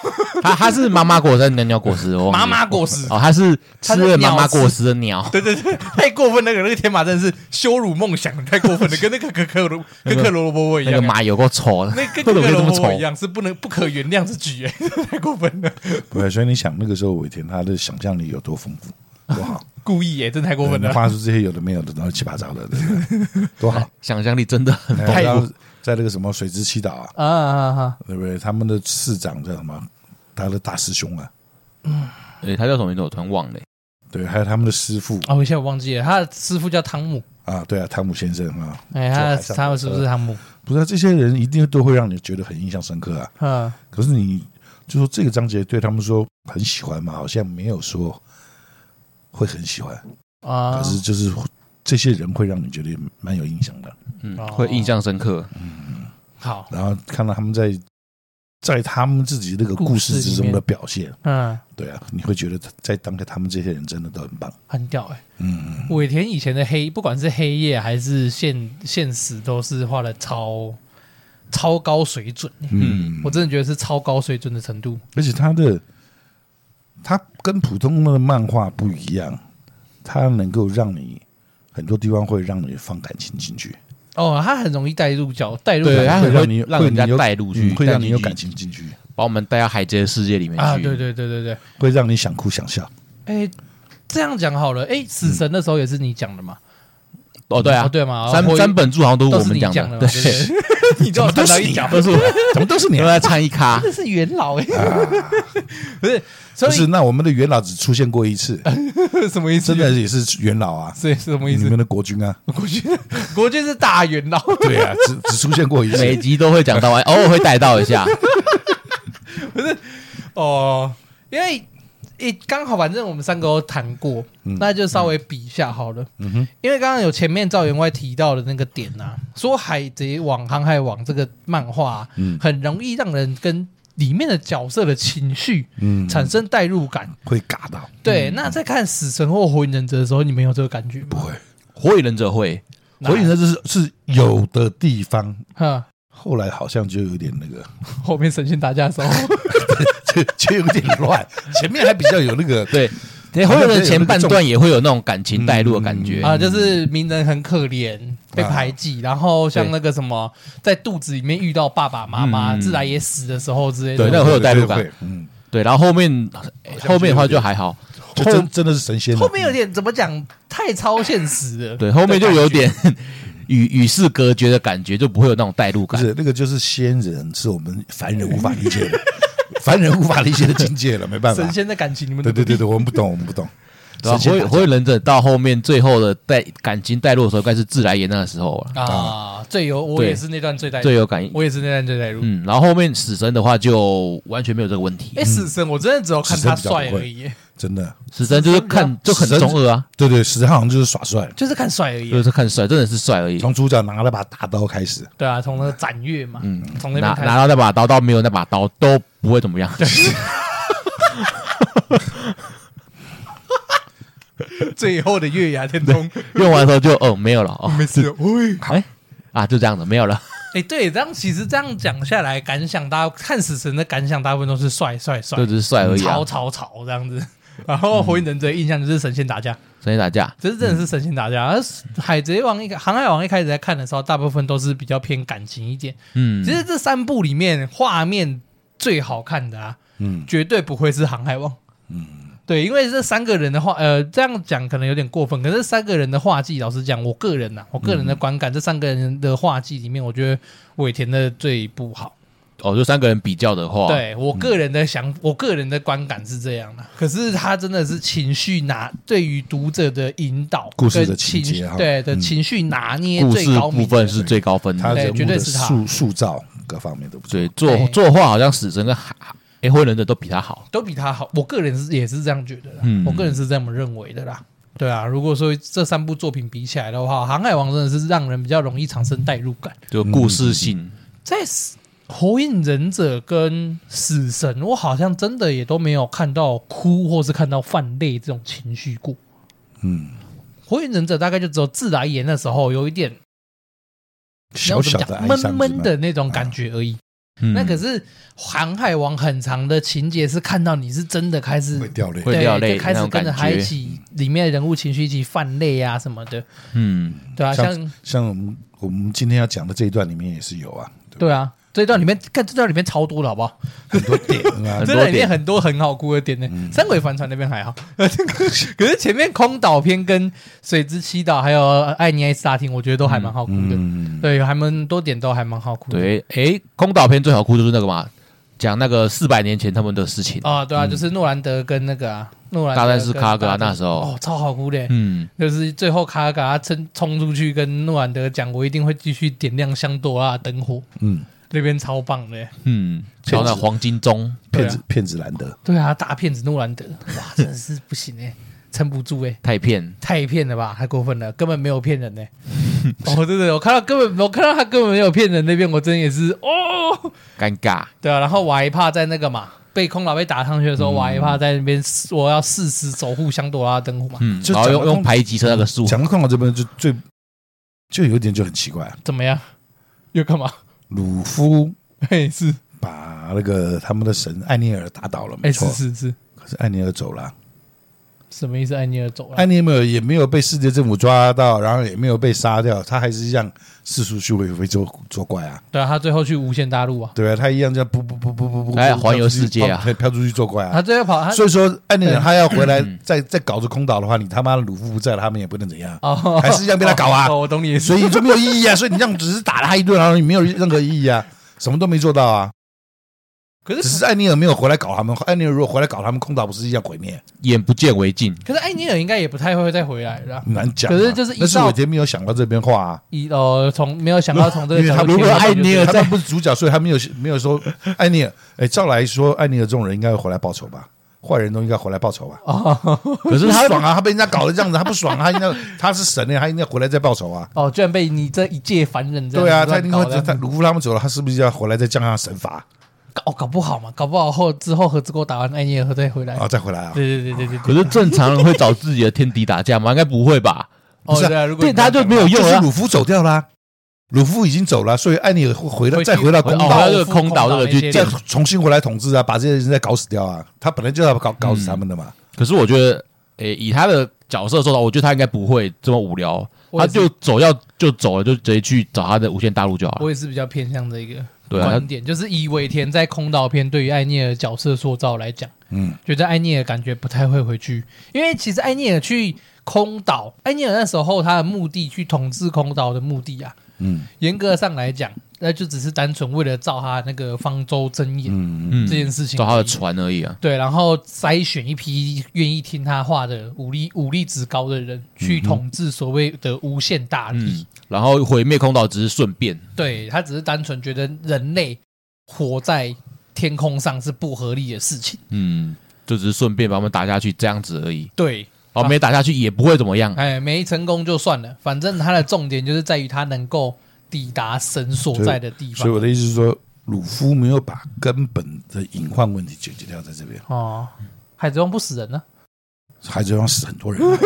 A: 他他是妈妈果实还是鸟鸟果实，我忘记
B: 妈妈过世，
A: 哦，他是吃
B: 它是
A: 了
B: 鸟
A: 妈妈
B: 吃
A: 果实的鸟，
B: 对对对，太过分。那个那个天马真的是羞辱梦想，太过分了，跟那个可可罗跟克罗伯伯一
A: 那
B: 样。
A: 个
B: 啊
A: 马有够丑的，
B: 那 跟
A: 为
B: 克
A: 什么可以这
B: 罗
A: 么
B: 伯伯一
A: 丑？
B: 样，是不能不可原谅之 举，哎太过分了，
C: 对，所以你想那个时候尾田他的想象力有多丰富，多好，
B: 故意哎，真太过
C: 对
B: 分了
C: 能。画出这些有的没有的，然后七八糟的，对不 对多好。
A: 想象力真的很
C: 哎然后在那个什么水之祈祷啊，
B: 啊啊啊！
C: 对不对？他们的市长叫什么？他的大师兄啊，
A: 诶，哎他叫什么名字？我突然忘了、
C: 对，还有他们的师傅
B: 啊，我一下我忘记了，他的师傅叫汤姆，
C: 啊，对啊，汤姆先生啊，
B: 哎，他的
C: 坐海上
B: 他们是不是汤姆？
C: 不是、啊、这些人一定都会让你觉得很印象深刻啊。
B: 嗯，
C: 可是你就说这个章节对他们说很喜欢嘛，好像没有说会很喜欢，
B: 啊
C: 可，是就是这些人会让你觉得蛮有印象的。
A: 嗯
B: 哦，
A: 会印象深刻。
B: 好，
C: 然后看到他们在在他们自己那个故事之中的表现，
B: 嗯，
C: 对啊，你会觉得在当下他们这些人真的都很棒。
B: 很屌哎、
C: 嗯，
B: 尾田以前的黑，不管是黑夜还是现现实，都是画的超超高水准、
A: 嗯
B: 我真的觉得是超高水准的程度。
C: 而且他的他跟普通的漫画不一样，他能够让你很多地方会让你放感情进去，
B: 哦，他很容易带入角，带入
A: 对
B: 感
A: 他
C: 会
A: 很
C: 让你
A: 会让
C: 会
A: 人家
C: 你有
A: 带入去
C: 嗯会让你有
A: 带
C: 感
A: 进
C: 情进去，
A: 把我们带到海贼的世界里面去。
B: 啊，对对对对对。
C: 会让你想哭想笑。
B: 哎、这样讲好了，哎、死神的时候也是你讲的嘛？
A: 哦，对啊，
B: 哦对嘛
A: 三
B: 火影
A: 三本柱好像都嗯
B: 都
A: 我
B: 是
A: 们
B: 你
A: 讲
B: 的嘛，
A: 的，
B: 对不对？你知道我
C: 怎
B: 看
C: 么都
B: 到
C: 是
B: 一
C: 你
B: 讲
C: 啊，
A: 都是我
C: 怎么都是 你
A: 都
C: 啊、
A: 在掺一咖
B: 真。的是元老哎、 不是，所
C: 不
B: 以
C: 是，那我们的元老只出现过 一次，
B: 什么意思？
C: 真的也是元老啊，
B: 是是什么意
C: 你
B: 思？
C: 们的国军啊，
B: 国军， 国军是大元老，
C: 对啊，只只出现过一次
A: 每。集都会讲到，哎偶尔会带到一下。
B: 哦，因为一刚好，反正我们三个都谈过，那就稍微比一下好了。嗯哼，因为刚刚有前面赵员外提到的那个点啊，说《海贼王》《航海王》这个漫画啊、很容易让人跟里面的角色的情绪
C: 嗯，
B: 产生代入感。
C: 会尬到，
B: 对，那在看《死神》或《火影忍者》的时候，你们有这个感觉吗？
C: 不会。
A: 火影忍者会，
B: 那
C: 火影忍者是是有的地方，
B: 哈，
C: 后来好像就有点那个，
B: 后面神仙打架的时候，
C: 就就有点乱，前面还比较有那 个，
A: 对，对火影忍者前半段也会有那种感情带入的感觉。
B: 啊，就是鸣人很可怜，被
C: 啊
B: 排挤，然后像那个什么，在肚子里面遇到爸爸妈妈，
A: 嗯
B: 自来也死的时候之类
A: 对
B: 的。
A: 那个会有代入感
C: 对，会嗯，
A: 对，然后后面哎后面的话就还好，
C: 就真真的是神仙啊，
B: 后面有点怎么讲，太超现实 了。
A: 对，后面就有点 与与世隔绝的感觉，就不会有那种代入
C: 不
A: 感。
C: 是那个就是仙人，是我们凡人无法理解的， 凡人无法理解的境界了，没
A: 啊
C: 办法
B: 神。仙的感情，你们
C: 对
B: 都
C: 对对对，我们不懂，我们不懂。
A: 对啊吧？
C: 神
A: 火影
C: 仙打架
A: 火影忍者到后面最后的带感情带入的时候，该是自来也那个时候了，
B: 啊，最有我
A: 对
B: 也是那段最带入，
A: 最有感应。
B: 我也是那段最带入。
A: 嗯，然后后面死神的话就完全没有这个问题。
B: 哎，死神我真的只有看他
C: 死神比较
B: 帅
C: 不会
B: 而已，
C: 真的，
A: 死神就是看就很中二啊，
C: 对对，史上好像就是耍帅，
B: 就是看帅而
A: 就
B: 已。
A: 是看帅，真的是帅而已。
C: 从主角拿了把大刀开始，
B: 对啊，从那个斩月嘛，从那
A: 拿
B: 边开
A: 嗯拿
B: 始。
A: 到那把刀到没有那把刀都不会怎么样。
B: 最后的月牙天 空，
A: 用完的时候就哦没有了哦，
B: 没事。喂，
A: 哎啊就这样子没有了。
B: 哎，对，这样其实这样讲下来，感想大家看死神的感想，大部分都是帅帅帅
A: 就，只是帅而已、啊
B: 吵。吵吵这样子。 然后火影忍者的印象就是神仙打架，
A: 神仙打架，
B: 这是真的是神仙打架。而
A: 嗯
B: 海贼王一个航海王一开始在看的时候，大部分都是比较偏感情一点。
A: 嗯
B: 其，实这三部里面画面最好看的啊，
C: 嗯，
B: 绝对不会是航海王。嗯，对，因为这三个人的话，呃，这样讲可能有点过分，可是三个人的画技，老实讲，我个人呐、啊我个
A: 嗯
B: 人的观感，这三个人的画技里面，我觉得尾田的最不好。
A: 哦，就三个人比较的话，，
B: 对我个人的想，我个人的观感是这样的。可是他真的是情绪拿对于读者的引导，
C: 故事的
B: 跟
C: 情
B: 情
C: 节
B: 绪
C: 哈
B: 对的情绪拿捏
A: 故
B: 最
A: 事
B: 高
A: 部
B: 明
A: 分
B: 的。
A: 是最高分
C: 他
A: 的。
B: 对哎
C: 人
B: 绝
C: 物
B: 对
C: 的
B: 是他
C: 塑塑造各方面都不错
A: 对，。作
B: 对
A: 作画好像死神跟海哎火影忍者都比他好。
B: 都比他好，我个人是也是这样觉得啦，
A: 嗯
B: 我个人是这么认为的啦。对啊，如果说这三部作品比起来的话，《航海王》真的是让人比较容易产生代入感。
A: 就故事性，
B: 在《火影忍者》跟《死神》，我好像真的也都没有看到哭或是看到泛泪这种情绪过。
C: 嗯，
B: 《火影忍者》大概就只有自来也那时候有一点
C: 小小的
B: 你
C: 哀
B: 要怎
C: 伤
B: 么讲闷闷的那种感觉而已。
A: 嗯
B: 那可是《航海王》很长的情节是看到你是真的开
C: 是
B: 始
C: 吧会掉泪，
A: 会
B: 对，
A: 掉泪
B: 就开
A: 那
B: 始
A: 种
B: 跟着
A: 感
B: 他
A: 觉
B: 一起，里面的人物情绪一起泛泪啊什么的，
A: 嗯，
B: 对啊，
C: 像
B: 像
C: 像我们我们今天要讲的这一段里面也是有啊，
B: 对啊，这段里面看这段里面超多的好不好？
C: 很多嗯点 啊
A: 很
B: 这
A: 多
B: 段里面
A: 点
B: 很多很好哭的点呢、三鬼帆船那边还好， 可是前面空岛篇跟水之七岛还有爱你爱斯大厅，我觉得都还蛮好哭的，
C: 嗯，
B: 对，还蛮多点都还蛮好哭的。
A: 对，哎，空岛篇最好哭就是那个嘛，讲那个四百年前他们的事情，
B: 啊，对啊，就是诺兰德跟那个啊，诺兰
A: 嗯
B: 德
A: 大战是
B: 跟
A: 卡格啊
B: 大战
A: 那时候
B: 哦，超好哭的、
A: 嗯，
B: 就是最后卡卡他冲冲出去跟诺兰德讲，我一定会继续点亮香朵拉的灯火。
C: 嗯，
B: 那边超棒的。
A: 嗯，然后那黄金钟，
B: 对啊
C: 骗子骗子难得，
B: 对啊，大骗子诺兰德，哇，真的是不行哎、撑不住哎、
A: 太骗，
B: 太骗了吧，太过分了，根本没有骗人呢、欸哦，对对，我看到根本，我看到他根本没有骗人那边，我真也是哦，
A: 尴尬，
B: 对啊，然后我还怕在那个嘛，被空老被打上去的时候，
A: 嗯
B: 我还怕在那边我要誓死守护香朵拉啊灯湖嘛，
A: 嗯，
C: 就
A: 然后
C: 讲
A: 用
C: 到
A: 用排挤车那个树，
C: 讲到空岛这边就最就有点就很奇怪，
B: 怎么样？又干嘛？
C: 鲁夫
B: 嘿，是，
C: 把那个他们的神艾涅尔打倒了，没
B: 哎，
C: 错
B: 是，是是，
C: 可是艾涅尔走了，
B: 什么意思？艾尼尔走了
C: 艾，涅尔也没有被世界政府抓到，然后也没有被杀掉，他还是一样四处去为非作作怪啊，
B: 对啊，他最后去无限大陆啊，
C: 对啊，他一样这样不不不不不不，
A: 来
B: 哎
A: 环游世界啊
C: 飘飘出去作怪啊
B: 他。最后跑他
C: 所以说，艾涅尔他要回来再再搞着空岛的话，你他妈的鲁夫不在了，他们也不能怎样，
B: 哦
C: 还是一样被他搞啊
B: 哦，我懂你意思
C: 所以就没有意 义啊。所以你这样只是打了他一顿，然后你没有任何意义啊，什么都没做到啊。
B: 可
C: 只
B: 是
C: 是艾尼尔没有回来搞他们，艾尼尔如果回来搞他们，空岛不是一样毁灭？
A: 眼不见为净，
B: 可是艾尼尔应该也不太会再回来了啊。
C: 很难讲啊、
B: 可是就是一
C: 那是
B: 到
C: 尾田没有想到这边话、啊。
B: 一哦，从没有想到从这个
C: 因为
B: 角
C: 他
B: 度切入，
C: 如果艾
B: 尼
C: 他们不是主角，所以他没有没有说艾尼尔。哎，照来说，艾尼尔这种人应该会回来报仇吧？坏人都应该回来报仇吧？
B: 哦
A: 可是
C: 不
A: 他
C: 爽啊！他被人家搞得这样子，他不爽啊！他应该他是神呢，他应该回来再报仇啊！
B: 哦，居然被你这一介凡人这样
C: 对啊，
B: 子
C: 他
B: 乱
C: 一定
B: 搞
C: 会
B: 的
C: 他鲁夫他们走了，他是不是要回来再降下神罚
B: 搞哦搞不好嘛，搞不好后之后合资国打完艾尼尔再回来
C: 啊？。再回来啊？
B: 对对对对对
A: 可
B: 对，
A: 是正常人会找自己的天敌打架吗？应该不会吧？
B: 哦
C: 不是啊
B: 对啊，如果
A: 对，
B: 你这样
A: 他就
B: 讲
A: 没有
C: 就
A: 用
C: 是
A: 啊。
C: 鲁夫走掉啦，鲁夫已经走了，所以艾尼尔会回来
B: 会去
C: 再回到公
A: 哦，
C: 道
A: 他这个空岛这个去
B: 空岛那些
A: 见
C: 再重新回来统治啊，把这些人再搞死掉啊！他本来就要搞搞死他们的嘛。
A: 可是我觉得，诶、以他的角色受到，我觉得他应该不会这么无聊，
B: 我
A: 他
B: 也是
A: 就走要就走了，就直接去找他的无限大陆就好了。
B: 我也是比较偏向这一个
A: 对啊他
B: 观点，就是以尾田在空岛篇对于艾涅尔角色塑造来讲，
C: 嗯，
B: 觉得艾涅尔感觉不太会回去，因为其实艾涅尔去空岛，艾涅尔那时候他的目的去统治空岛的目的啊，
C: 嗯
B: 严格上来讲，那就只是单纯为了照他那个方舟真言、
C: 嗯，
A: 嗯
B: 这件事情
A: 找他
B: 而
A: 的
B: 已
A: 船而已啊。
B: 对，然后筛选一批愿意听他话的武力武力值高的人，去统治所谓的无限大力。
A: 嗯，然后毁灭空岛只是顺便，
B: 对他只是单纯觉得人类活在天空上是不合理的事情。
A: 嗯，就只是顺便把他们打下去这样子而已。
B: 对，
A: 哦，
B: 啊
A: 没打下去也不会怎么 样。
B: 哎，没成功就算了，反正他的重点就是在于他能够抵达神所在的地
C: 所以
B: 方。
C: 我的意思是说，鲁夫没有把根本的隐患问题解决掉，在这边
B: 哦，海贼王不死人呢、
C: 海贼王死很多人，啊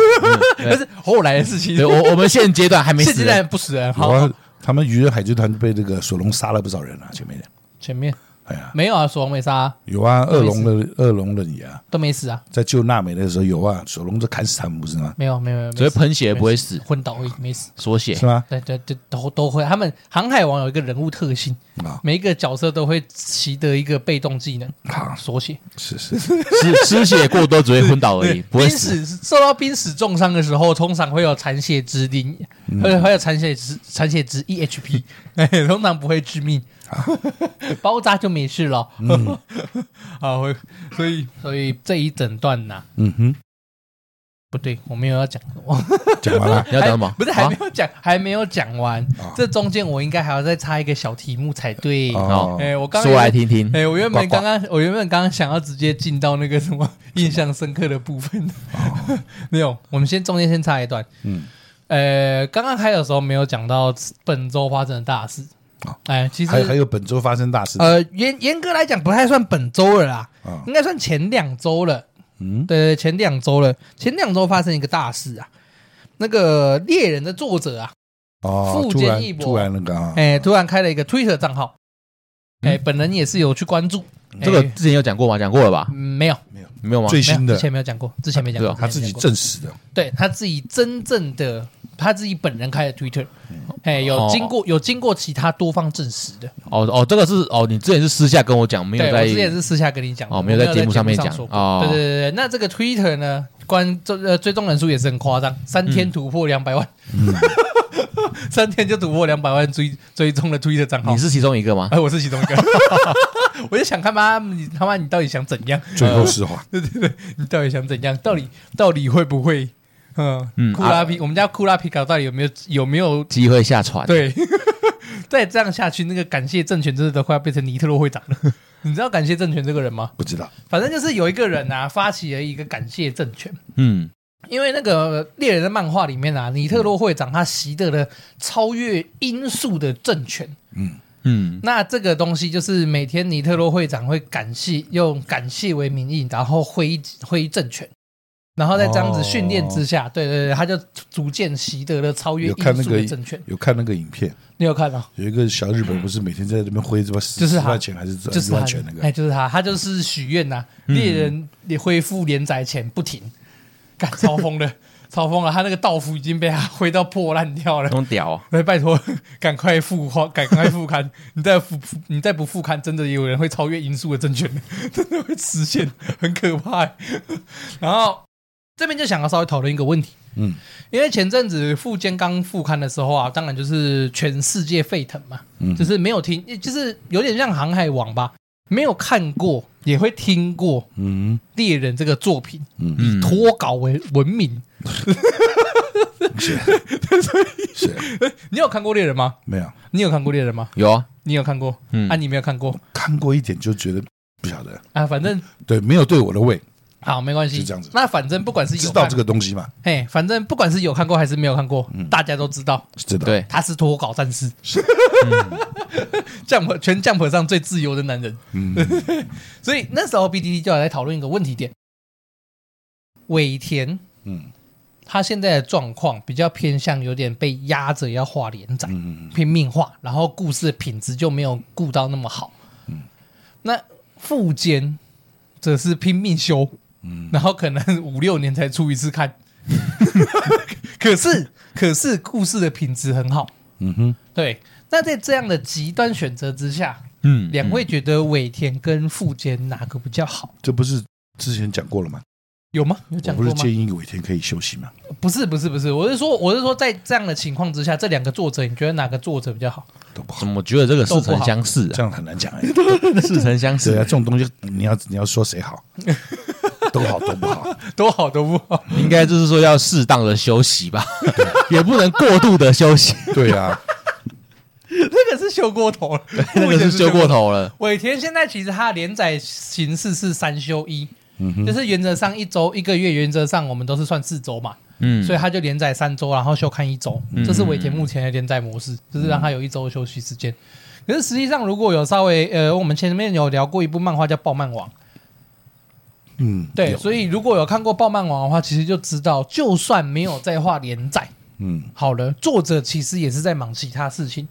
B: 但是后来的事情
A: 对，， 我我们现阶段还没
B: 现
A: 死
B: 阶
A: 人，
B: 段不死人。
C: 有
B: 好，
C: 啊，他们鱼人海军团被这个索隆杀了不少人啊，前面
B: 前面
C: 哎呀，
B: 没有啊，索隆没杀啊、
C: 有啊，恶龙的恶龙的你啊，
B: 都没死啊，
C: 在救娜美的时候有啊，索隆就砍死他们不是吗？
B: 没有没有没有，
A: 只
B: 没
A: 会
B: 死
A: 喷血不会死，
B: 昏倒而已，没死。
A: 锁血
C: 是。吗？
B: 对对对，都都会。他们航海王有一个人物特性，
C: 啊，
B: 每一个角色都会习得一个被动技能啊
C: 好，
B: 缩写。
C: 是是，
A: 吃吃血过多只会昏倒而 已，不会
B: 濒
A: 死。
B: 死受到濒死重伤的时候，通常会有残血之零，
A: 嗯
B: 会会有残血值残血值一 HP，哎 通常不会 致命，包扎就没事了。
A: 嗯
B: 啊，会，所以所以这一整段呐、
C: 嗯哼，
B: 不对，我没有要讲，我
C: 讲 完了，
A: 你要讲什么
B: 还？不是还
A: 啊
B: 没有讲，还没有讲完。这中间我应该还要再插一个小题目才对。
C: 哦
B: 哎，我刚刚
A: 说来听听。
B: 哎、我原
C: 呱
B: 本
C: 嗯呱
B: 刚刚，我原本刚刚想要直接进到那个什 么印象深刻的部分，
C: 哦
B: 没有，我们先中间先插一段。
C: 嗯，
B: 呃，刚刚开的时候没有讲到本周发生的大事
C: 哦，
B: 哎、其实
C: 还还有本周发生大事，
B: 呃，严严格来讲不太算本周了啦，
C: 啊
B: 应该算前两周了。
C: 嗯
B: 对对，前两周了，前两周发生一个大事啊，那个猎人的作者啊，
C: 哦，
B: 富
C: 突
B: 坚
C: 然
B: 义博
C: 突然那个啊，
B: 哎、突然开了一个 Twitter 账号，
C: 嗯
B: 哎、本人也是有去关注。
A: 这个
B: 哎
A: 之前有讲过吗？讲过了吧？
B: 嗯没有，
A: 没有吗？
B: 没
C: 最
B: 有
C: 新的
B: 之前没有讲过，之前没讲过，
A: 对啊
C: 他自己
B: 正
C: 证实的，
B: 对他自己真正的他自己本人开的 Twitter，哎，有
A: 哦
B: 经过有经过其他多方证实的。
A: 哦哦，这个是哦，你之前是私下跟我讲，没有
B: 对
A: 在
B: 我之前是私下跟你讲的，
A: 哦
B: 我
A: 没有
B: 没有
A: 在
B: 节
A: 节目上面讲
B: 说过
A: 哦
B: 对对对对，那这个 Twitter 呢，关追呃追踪人数也是很夸张，三天突破两百万，
A: 嗯
B: 三天就突破两百万追追踪的 Twitter 账号
A: 你。是其中一个吗？
B: 哎，我是其中一个， 我就想看妈你他妈你到底想怎样？
C: 最后是话，
B: 对对对，你到底想怎样？到底到底会不会？嗯
A: 嗯
B: 库拉皮，我们家库拉皮卡到底有没有有没有？
A: 机会下船，，
B: 对， 再这样下去，那个感谢政权真的都快要变成尼特洛会长了。你知道感谢政权这个人吗？
C: 不知道，
B: 反正就是有一个人啊，发起了一个感谢政权，
A: 嗯，
B: 因为那个猎人的漫画里面啊，尼特洛会长他习得了超越因素的政权。
A: 嗯，
B: 那这个东西就是每天尼特洛会长会感谢，用感谢为名义，然后挥挥政权，然后在这样子训练之下，对对对，他就逐渐习得了超越
C: 哦有
B: 因
C: 看那
B: 素
C: 个
B: 的政权。
C: 有看那个影片，
B: 你有看哦到？
C: 有一个小日本不是每天在那边挥这么十
B: 就是
C: 十
B: 他
C: 万钱还是
B: 就是
C: 十
B: 他嗯
C: 万钱那，
B: 哎，
C: 个？
B: 就是他，他就是许愿呐，猎人也恢复连载前不停，干超疯的，超疯了，他那个道服已经被他挥到破烂掉了
A: 那。么屌啊，
B: 哎，拜托， 赶快复刊， 赶快复刊！你再复，你再不复刊，真的有人会超越银数的政权， 真的会实现， 很可怕 欸。然后这边就想要稍微讨论一个问题，
C: 嗯，
B: 因为前阵子富坚刚复刊的时候啊，当然就是全世界沸腾嘛，
C: 嗯
B: 就是没有听，就是有点像《航海王》吧，没有看过也会听过《
C: 嗯
B: 猎人》这个作品，
C: 嗯，
A: 嗯，
B: 脱稿为闻名。
C: 是是，
B: 你有看过《猎人》吗？
C: 没有
B: 你有看过《猎人》吗？
A: 有啊，
B: 你有看过？
A: 嗯
B: 啊，你没有看过
C: 看过一点就觉得不晓得，
B: 啊？反正
C: 对，没有对我的胃，
B: 好，没关系，
C: 就嗯这样子
B: 那反正不管是有
C: 知道这
B: 个，
C: 个嗯东西嘛？
B: 哎，反正不管是有看过还是没有看过，大家都知道
C: 是知道，
A: 对，
B: 他是脱稿战士， 降本全降本上最自由的男人。
C: 嗯，
B: 所以那时候 BDD 就要来讨论一个问题点：尾田
C: 嗯
B: 他现在的状况比较偏向有点被压着要画连载，
C: 嗯
B: 拼命画，然后故事的品质就没有顾到那么好。
C: 嗯
B: 那副监则是拼命修，
C: 嗯
B: 然后可能五六年才出一次看。 可是，可是故事的品质很好，
C: 嗯哼，
B: 对。那在这样的极端选择之下，
A: 嗯，
B: 两位觉得尾田跟富坚哪个比较好？
C: 这不是之前讲过了吗？
B: 有吗？有
C: 我
B: 讲
C: 不
B: 过
C: 是
B: 吗？
C: 建议尾田可以休息吗？
B: 不是不是不是，我是说我是说在这样的情况之下，这两个作者，你觉得哪个作者 比较好？
C: 都不好
A: 怎，么觉得这个似曾相识
C: 这样很难讲哎。
A: 啊？似曾相识
C: 对啊，，这种东西你要你要说谁 好，都好都不好，
B: 都好都不好，
A: 应该就是说要适当的休息吧，也不能过度的休息，
C: 对啊，
B: 那个是修过头了，
A: 那个是修过。头了。
B: 尾田现在其实它的连载形式是三休一，
A: 嗯
B: 就是原则上一周一个月，原则上我们都是算四周嘛，
A: 嗯，
B: 所以它就连载三周，然后休刊一周，这是尾田目前的连载模式，
A: 嗯
B: 就是让它有一周的休息时间。可是实际上，如果有稍微呃，我们前面有聊过一部漫画叫《暴漫王》，
C: 嗯，
B: 对，
C: 有
B: 所以如果有看过《暴漫王》的话，其实就知道，就算没有在画连载，
C: 嗯
B: 好了，作者其实也是在忙其他事情，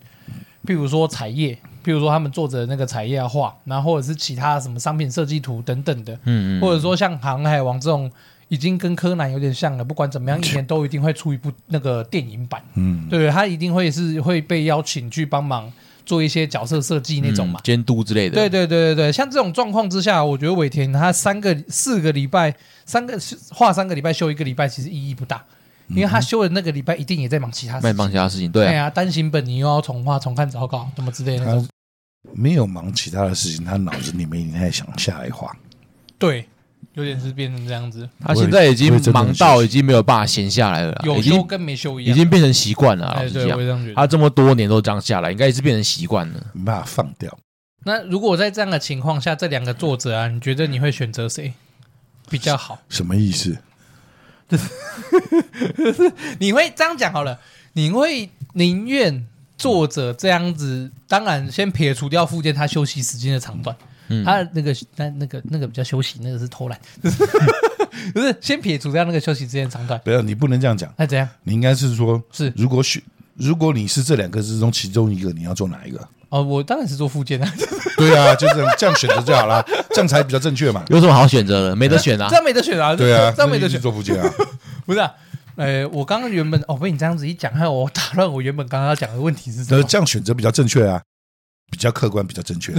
B: 譬如说产业，譬如说他们作者的那个产业要画，然后或者是其他什么商品设计图等等的，
A: 嗯，嗯
B: 或者说像《航海王》这种，已经跟柯南有点像了。不管怎么 样，一年都一定会出一部那个电影版，
C: 嗯，
B: 对不对？他一定会是会被邀请去帮忙做一些角色设计那种嘛
A: 嗯。监督之类的。
B: 对对对对对，像这种状况之下，我觉得尾田他三个四个礼拜，三个画三个礼拜休一个礼拜，其实意义不大，因为他休的那个礼拜一定也在忙其他事
A: 那你。
B: 情
A: 嗯忙其他事情，对
B: 哎
A: 啊，嗯
B: 呀、单行本你又要重画、重看、草稿，什么之类的那种。
C: 他没有忙其他的事情，他脑子里面还想下来画，
B: 对，有点是变成这样子，
A: 他现在已经
C: 我也真的
A: 忙
C: 很
A: 到
C: 休息
A: 已经没有办法闲下来了啦，
B: 有
A: 啊已
B: 修
A: 经
B: 跟没修一
A: 已
B: 样。
A: 经变成习惯了啊。老
B: 哎，
A: 实
B: 对，我
A: 讲
B: 也，这样觉得。
A: 他这么多年都这样下来，应该也是变成习惯了。
C: 没办法放掉。
B: 那如果在这样的情况下，这两个作者啊，你觉得你会选择谁比较好？
C: 什么意思？
B: 你会这样讲好了，你会宁愿作者这样子，当然先撇除掉附件他休息时间的长短，
A: 嗯
B: 他那个那那个那个比较休息，那个是偷懒， 不是先撇除掉那个休息时间的长短，
C: 不要，你不能这样讲，
B: 那怎样？
C: 你应该是说，
B: 是
C: 如果选，如果你是这两个之中其中一个，你要做哪一个？
B: 哦，我当然是做附件啊，
C: 对啊， 就这样这样选择就好了，这样才比较正确 嘛。
A: 有什么好选择的？没得选啊
B: 这。样没得选啊，
C: 对 啊，
B: 这样没
C: 那
B: 得
C: 你
B: 选
C: 去，做附件啊。
B: 不是、啊。呃，我刚刚原本哦，被你这样子一讲，害我打乱我原本刚刚要讲的问题是什
C: 那
B: 么？
C: 这样选择比较正确啊，比较客观，比较 正确，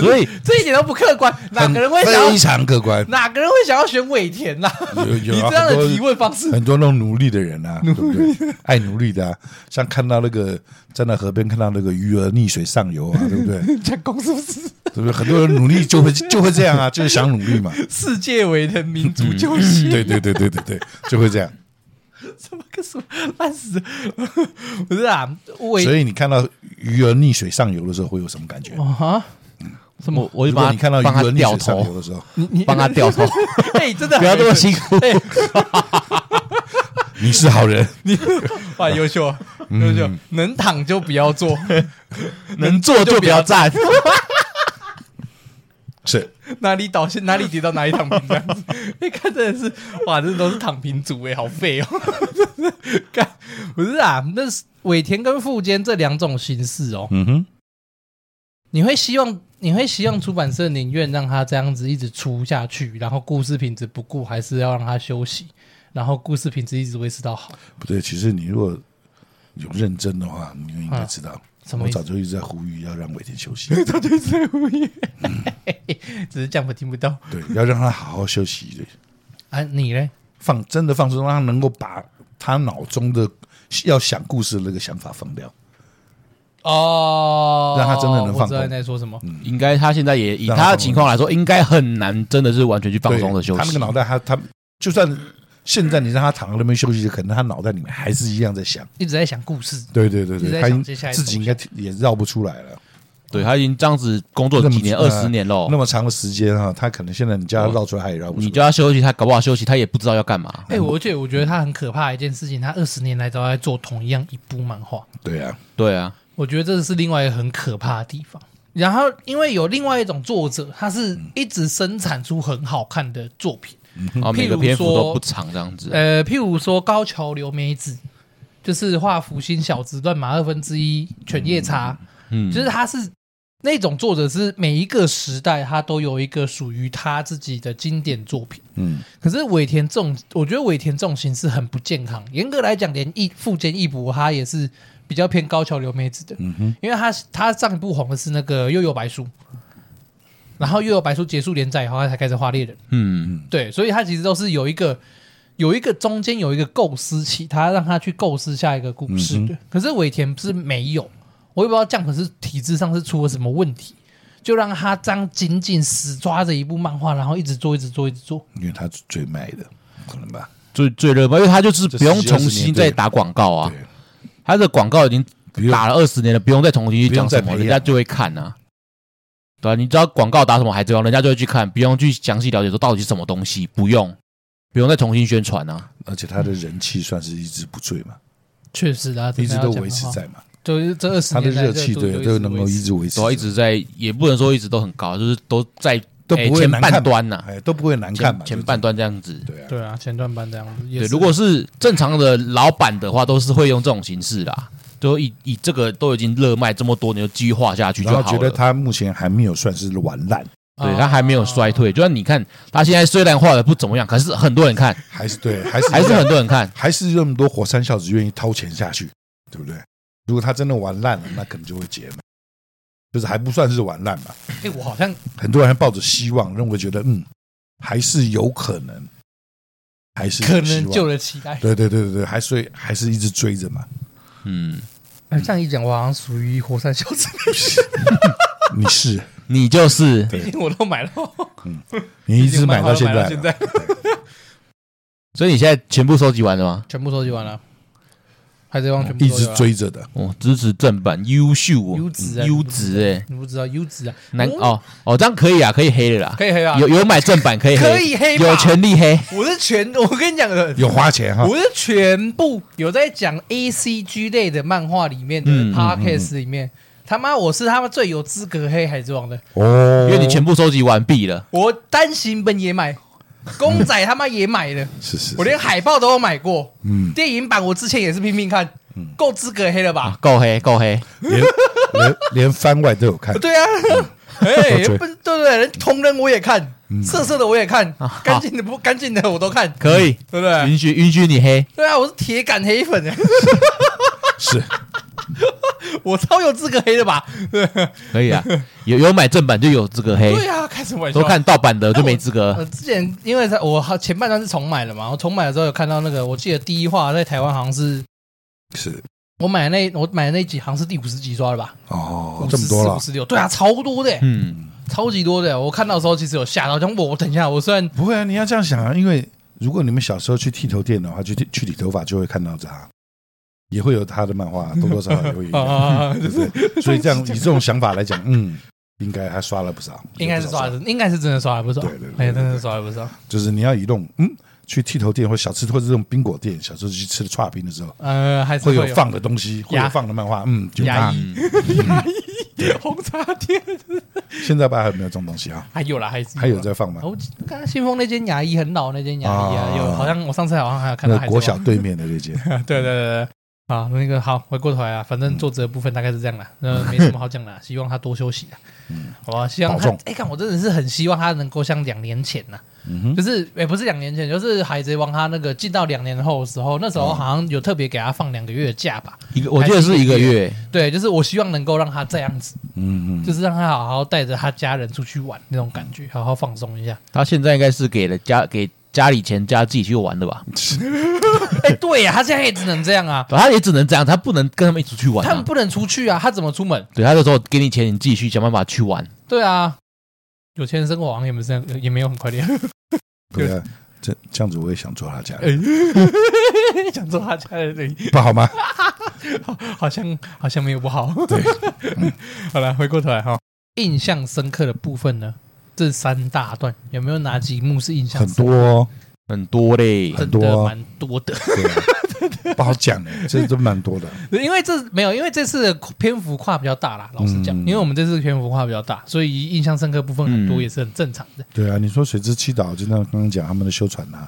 A: 所以
B: 这一点都不客观，哪个人会想要
C: 非常客观。
B: 哪个人会想要选尾田呐、
C: 有有
B: 你
C: 啊
B: 这样
C: 很
B: 的
C: 多
B: 提问方式，
C: 很多那种奴隶的人 啊，对不对？爱奴隶的啊，像看到那个站在河边看到那个鱼儿溺水上游 啊，对不对？
B: 讲公是不是
C: 对不对？很多人努力就会就会这样啊，就是想努力 嘛。
B: 世界为人民族救星？
C: 嗯对对对对对对，就会这样。
B: 什么个什么烂死了？ 不是啊，尾
C: 所以你看到鱼儿溺水上游的时候会有什么感觉？
B: 啊，什么
A: 我哦我就
C: 如果
A: 帮
C: 你看到
A: 帮
C: 鱼
A: 他
C: 轮
A: 掉
C: 历史上
A: 头
C: 流，的时候，
B: 你你
A: 帮他掉 头，
B: 哎，真的
A: 不要这么辛苦。
C: 你是 好人，
B: 你哇，优秀啊，优秀，能躺就不要坐，
A: 能坐就不要站。
C: 是
B: 哪里倒下哪里跌到哪里躺平这样子。 你看，真的是哇，这都是躺平族哎，好废哦。 干不是啊，那是尾田跟富坚这两种形式哦，
C: 嗯哼，
B: 你会希望你会希望出版社宁愿让他这样子一直出下去，然后故事品质不顾，还是要让他休息，然后故事品质一直维持到好？
C: 不对，其实你如果有认真的话，你就应该知道，
B: 啊什么
C: 我
B: 意思
C: 早就一直在呼吁要让尾田休 息，
B: 他就是无言，只是这样我听不到
C: 对，要让他好好休息，对，
B: 啊。你嘞？
C: 放真的放松，让他能够把他脑中的要想故事的那个想法放掉。
B: 哦，
C: 让他真的能
B: 我
C: 放
B: 知
C: 空
B: 道你在说什么。
A: 应该他现在也以
C: 让他
A: 他的
C: 放松
A: 情况来说，应该很难真的是完全去放松的休息。
C: 对他那个脑袋，他他就算现在你让他躺在那边休息，可能他脑袋里面还是一样在想。
B: 一直在想故事，
C: 对对对
B: 一直
C: 对，
B: 在
C: 他
B: 想
C: 应
B: 接下来
C: 自己应该也绕不出来了。
A: 对他已经这样子工作
C: 这么
A: 几年，
C: 呃
A: 二十年喽
C: 那。么长的时间哈，他可能现在你叫他绕出来，他也绕不出
A: 你
C: 来。
A: 叫他休息，他搞不好休息，他也不知道要干嘛。
B: 哎、我而且我觉得他很可怕的一件事情，他二十年来都在做同样一部漫画，
C: 对啊，
A: 对啊，
B: 我觉得这是另外一个很可怕的地方。然后，因为有另外一种作者，他是一直生产出很好看的作品，
A: 啊，每个
B: 譬如
A: 篇幅
B: 说
A: 都不长这样子。啊
B: 呃，譬如说高桥留美子，就是画福星小子乱马二分之一犬夜叉，
A: 嗯，
B: 就是他是那种作者，是每一个时代他都有一个属于他自己的经典作品。
C: 嗯，
B: 可是尾田这种，我觉得尾田这种型是很不健康。严格来讲，连义富坚义博他也是比较偏高桥留美子
A: 嗯
B: 的，因为他他上一部红的是那个《悠悠白书》，然后《悠悠白书》结束连载以后，他才开始画猎人。
A: 嗯，
B: 对，所以他其实都是有一个有一个中间有一个构思期，他让他去构思下一个故
C: 嗯
B: 事的。可是尾田是没有，我也不知道这样可是体制上是出了什么问题，就让他这样紧紧死抓着一部漫画，然后一直做，一直做，一直做。
C: 因为他是最卖的，可能吧。
A: 最最热门，因为他就是
C: 这
A: 不用
C: 10-20
A: 重新
C: 年
A: 再
C: 对
A: 打广告啊
C: 对，
A: 他的广告已经
C: 不用
A: 打了二十年了，不用再重新去
C: 不
A: 讲
C: 用
A: 什
C: 再
A: 么，
C: 培
A: 人
C: 养
A: 家就会看啊。对啊，你知道广告打什么海贼王，人家就会去看，不用去详细了解说到底是什么东西，不用，不用再重新宣传啊。
C: 而且他的人气算是一直不坠嘛，
B: 确实啊，
C: 一直
B: 真的
C: 都
B: 要讲
C: 维持
B: 的话，
C: 在嘛，
B: 就是这二十
C: 他的
B: 年来
C: 热气
B: 度
C: 对都能够
B: 维
C: 一
B: 持
C: 直维持
A: 对啊，，一直在，也不能说一直都很高，啊就是都在
C: 都
A: 哎
C: 不会
A: 前
C: 难看
A: 半
C: 嘛
A: 端呐，
C: 哎，都不会难看
A: 前
C: 嘛，
A: 前
C: 就是
A: 半段这样子。
C: 对啊，
B: 对啊，前段班这样子。也
A: 对，
B: 是
A: 如果是正常的老板的话，都是会用这种形式啦。就以以这个都已经热卖这么多年，就继续画下去就
C: 然
A: 好
C: 后
A: 了。
C: 觉得他目前还没有算是完烂，
B: 啊
A: 对他还没有衰退，就像你看，他现在虽然画的不怎么样，可是很多人 看，
C: 还是对，还是
A: 还是很多人看。
C: 还是有那么多火山孝子愿意掏钱下去，对不对？如果他真的玩烂了，那可能就会解美，就是还不算是玩烂嘛。
B: 哎、我好像
C: 很多人还抱着希望，认为觉得嗯，还是有可能，还是有
B: 可
C: 希
B: 能
C: 望
B: 救了期待。
C: 对对对对对，还所以还是一直追着嘛。
A: 嗯，
B: 哎这样一讲，我好像属于火山小 子，
C: 你是
A: 你就是
C: 对
B: 毕竟我都买了，
C: 你一直买到现
B: 买
C: 在
B: 现在
C: 了，
A: 所以你现在全部收集完了吗？
B: 全部收集完了，海贼王全部
C: 嗯一
B: 收集
C: 直
B: 完了。
C: 追着的，
A: 哦，支持正版，优秀哦，
B: 优质啊
A: 优质哎，
B: 你不知道优质啊，
A: 难
B: 我
A: 哦哦，这样可以啊，可以黑了啦，
B: 可以黑啊
A: 有有买正版可以黑，
B: 可以黑吧
A: 有权利黑。
B: 我是全， 我跟你讲的，
C: 有啊花钱哈。
B: 我是全部有在讲 A C G 类的漫画里面的
A: 嗯嗯嗯
B: podcast 里面，他妈我是他们最有资格黑海贼王的，
C: 哦，
A: 因为你全部收集完毕了，
B: 我单行本也买，公仔他妈也买了。
C: 是是，
B: 我连海报都有买过，嗯，电影版我之前也是拼命看，够资格黑了吧？
A: 啊够黑够黑，
C: 连连连番外都有看，
B: 对啊，哎，
C: 嗯都追嗯
B: 不对不对，连同人我也看，色色的我也看，
C: 啊
B: 干净的不干净的我都看，
A: 可以，
B: 对不对？
A: 嗯
C: 嗯
A: 允许允许你黑，
B: 对啊，我是铁杆黑粉 哎，
C: 是
B: 我超有资格黑的吧？
A: 可 以啊，有有买正版就有资格黑，
B: 对啊，开什么玩笑？
A: 都看盗版的就没资
B: 我
A: 格。
B: 之前因为在我好前半段是重买的嘛，我重买的时候有看到那个，我记得第一话在台湾好像是
C: 是
B: 我买的那我买的那集好像是第五十集刷的吧，
C: 哦
B: 五，
C: 这
B: 十
C: 么
B: 四、
C: 多了
B: 五，十六，对啊，超多的欸、
A: 嗯，
B: 超级多的欸。我看到的时候其实有吓到，想我我等一下，我虽然
C: 不会啊，你要这样想啊，因为如果你们小时候去剃头店的话，去剃去理头发就会看到他，也哎 会有他的漫画，多多少少也会有一点。
B: 啊，
C: 对不对所以这样以这种想法来讲，嗯，应该还刷了不少，
B: 应该是刷
C: 了，
B: 的，应该是真的刷了不少，
C: 对对对对
B: 哎，真的刷了不少，
C: 就是你要移动，嗯，去剃头店或小吃或者这种冰果店，小时候去吃的串冰的时候，
B: 呃，还是
C: 会有
B: 有
C: 放的嗯东西，会有
B: 牙
C: 放的漫画，嗯，就
B: 牙
C: 它。
B: 医，牙医，红茶店
C: 现在吧还有没有这种东西啊？
B: 还有啦，还是
C: 还有在放吗？
B: 哦，刚刚新丰那间牙医很老那间牙医啊，
C: 啊
B: 有好像我上次好像还有看
C: 那
B: 到
C: 个
B: 还是有
C: 国小对面的 那间，
B: 对对对对，好，那个好，回过头来啊，反正作者的部分大概是这 样啦，那没什么好讲的啦，希望他多休息啊。嗯，好吧，希望
C: 保
B: 他
C: 重，
B: 哎，看我真的是很希望他能够像两年前呐、
C: 嗯哼
B: 就是也不是两年前，就是《海贼王》他那个进到两年后的时候，那时候好像有特别给他放两个月的假吧。
A: 一个我记得是一个月，
B: 对，就是我希望能够让他这样子，
C: 嗯嗯，
B: 就是让他好好带着他家人出去玩那种感觉，好好放松 一下。
A: 他现在应该是给了家给家里钱加自己去玩的吧？
B: 哎，对呀、他现在也只能这样啊，
A: 他也只能这样，他不能跟他们一起出去玩、
B: 他们
A: 啊。
B: 不能出去啊，他怎么出门？
A: 对，他就说给你钱，你自己去想办法去玩。
B: 对啊，有钱人生活好像也不是这样，也没有很快乐。
C: 不对，啊这这样子我也想做他家
B: 呃
C: 人，
B: 哎，想做他家的人，
C: 不好吗？
B: 好像好像没有不好。
C: 对，
B: 好了，回过头来哈，印象深刻的部分呢，这三大段有没有哪几幕是印象
C: 很
B: 深
C: 多哦，
A: 很多嘞，
B: 真
C: 很
B: 的
C: 多啊
B: 蛮多的，
C: 对啊不好讲的，这都蛮多的。
B: 因为这没有，因为这次的篇幅跨比较大啦。老实讲，
C: 嗯
B: 因为我们这次的篇幅跨比较大，所以印象深刻部分很多
A: 嗯
B: 也是很正常的。
C: 对啊，你说水之七岛，就像刚刚讲他们的修船啊，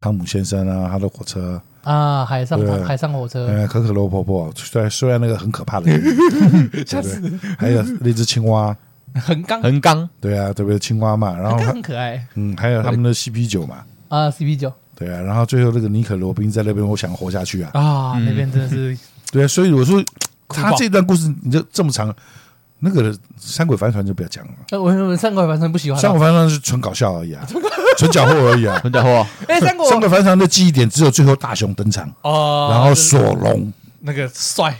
C: 汤姆先生啊，他的火车，
B: 啊，海上
C: 对
B: 海上火车，
C: 呃，可可罗婆婆，虽然虽然那个很可怕的 人，啊
B: 吓死人，
C: 还有那只青蛙，
B: 横纲，
A: 横纲
C: 对啊，对不对？青蛙嘛，啊然
B: 横
C: 后
B: 纲
C: 他
B: 很可爱
C: 嗯，还有他们的 CP 九嘛，
B: 啊，CP 九
C: 对啊，然后最后那个尼可罗宾在那边，我想活下去啊，
B: 啊，那边真的是
C: 对啊，所以我说
B: 哭
C: 他
B: 爆
C: 这段故事你就这么长，那个山鬼帆船就不要讲了，
B: 呃，我我三国反正不喜欢
C: 山
B: 啊。
C: 鬼帆船是纯搞笑而已啊，纯搅和而已啊。
A: 很家伙，
B: 哎，三国
C: 山鬼帆船的记忆点只有最后大雄登场，
B: 哦，
C: 然后
B: 就是
C: 索隆，
B: 那个帅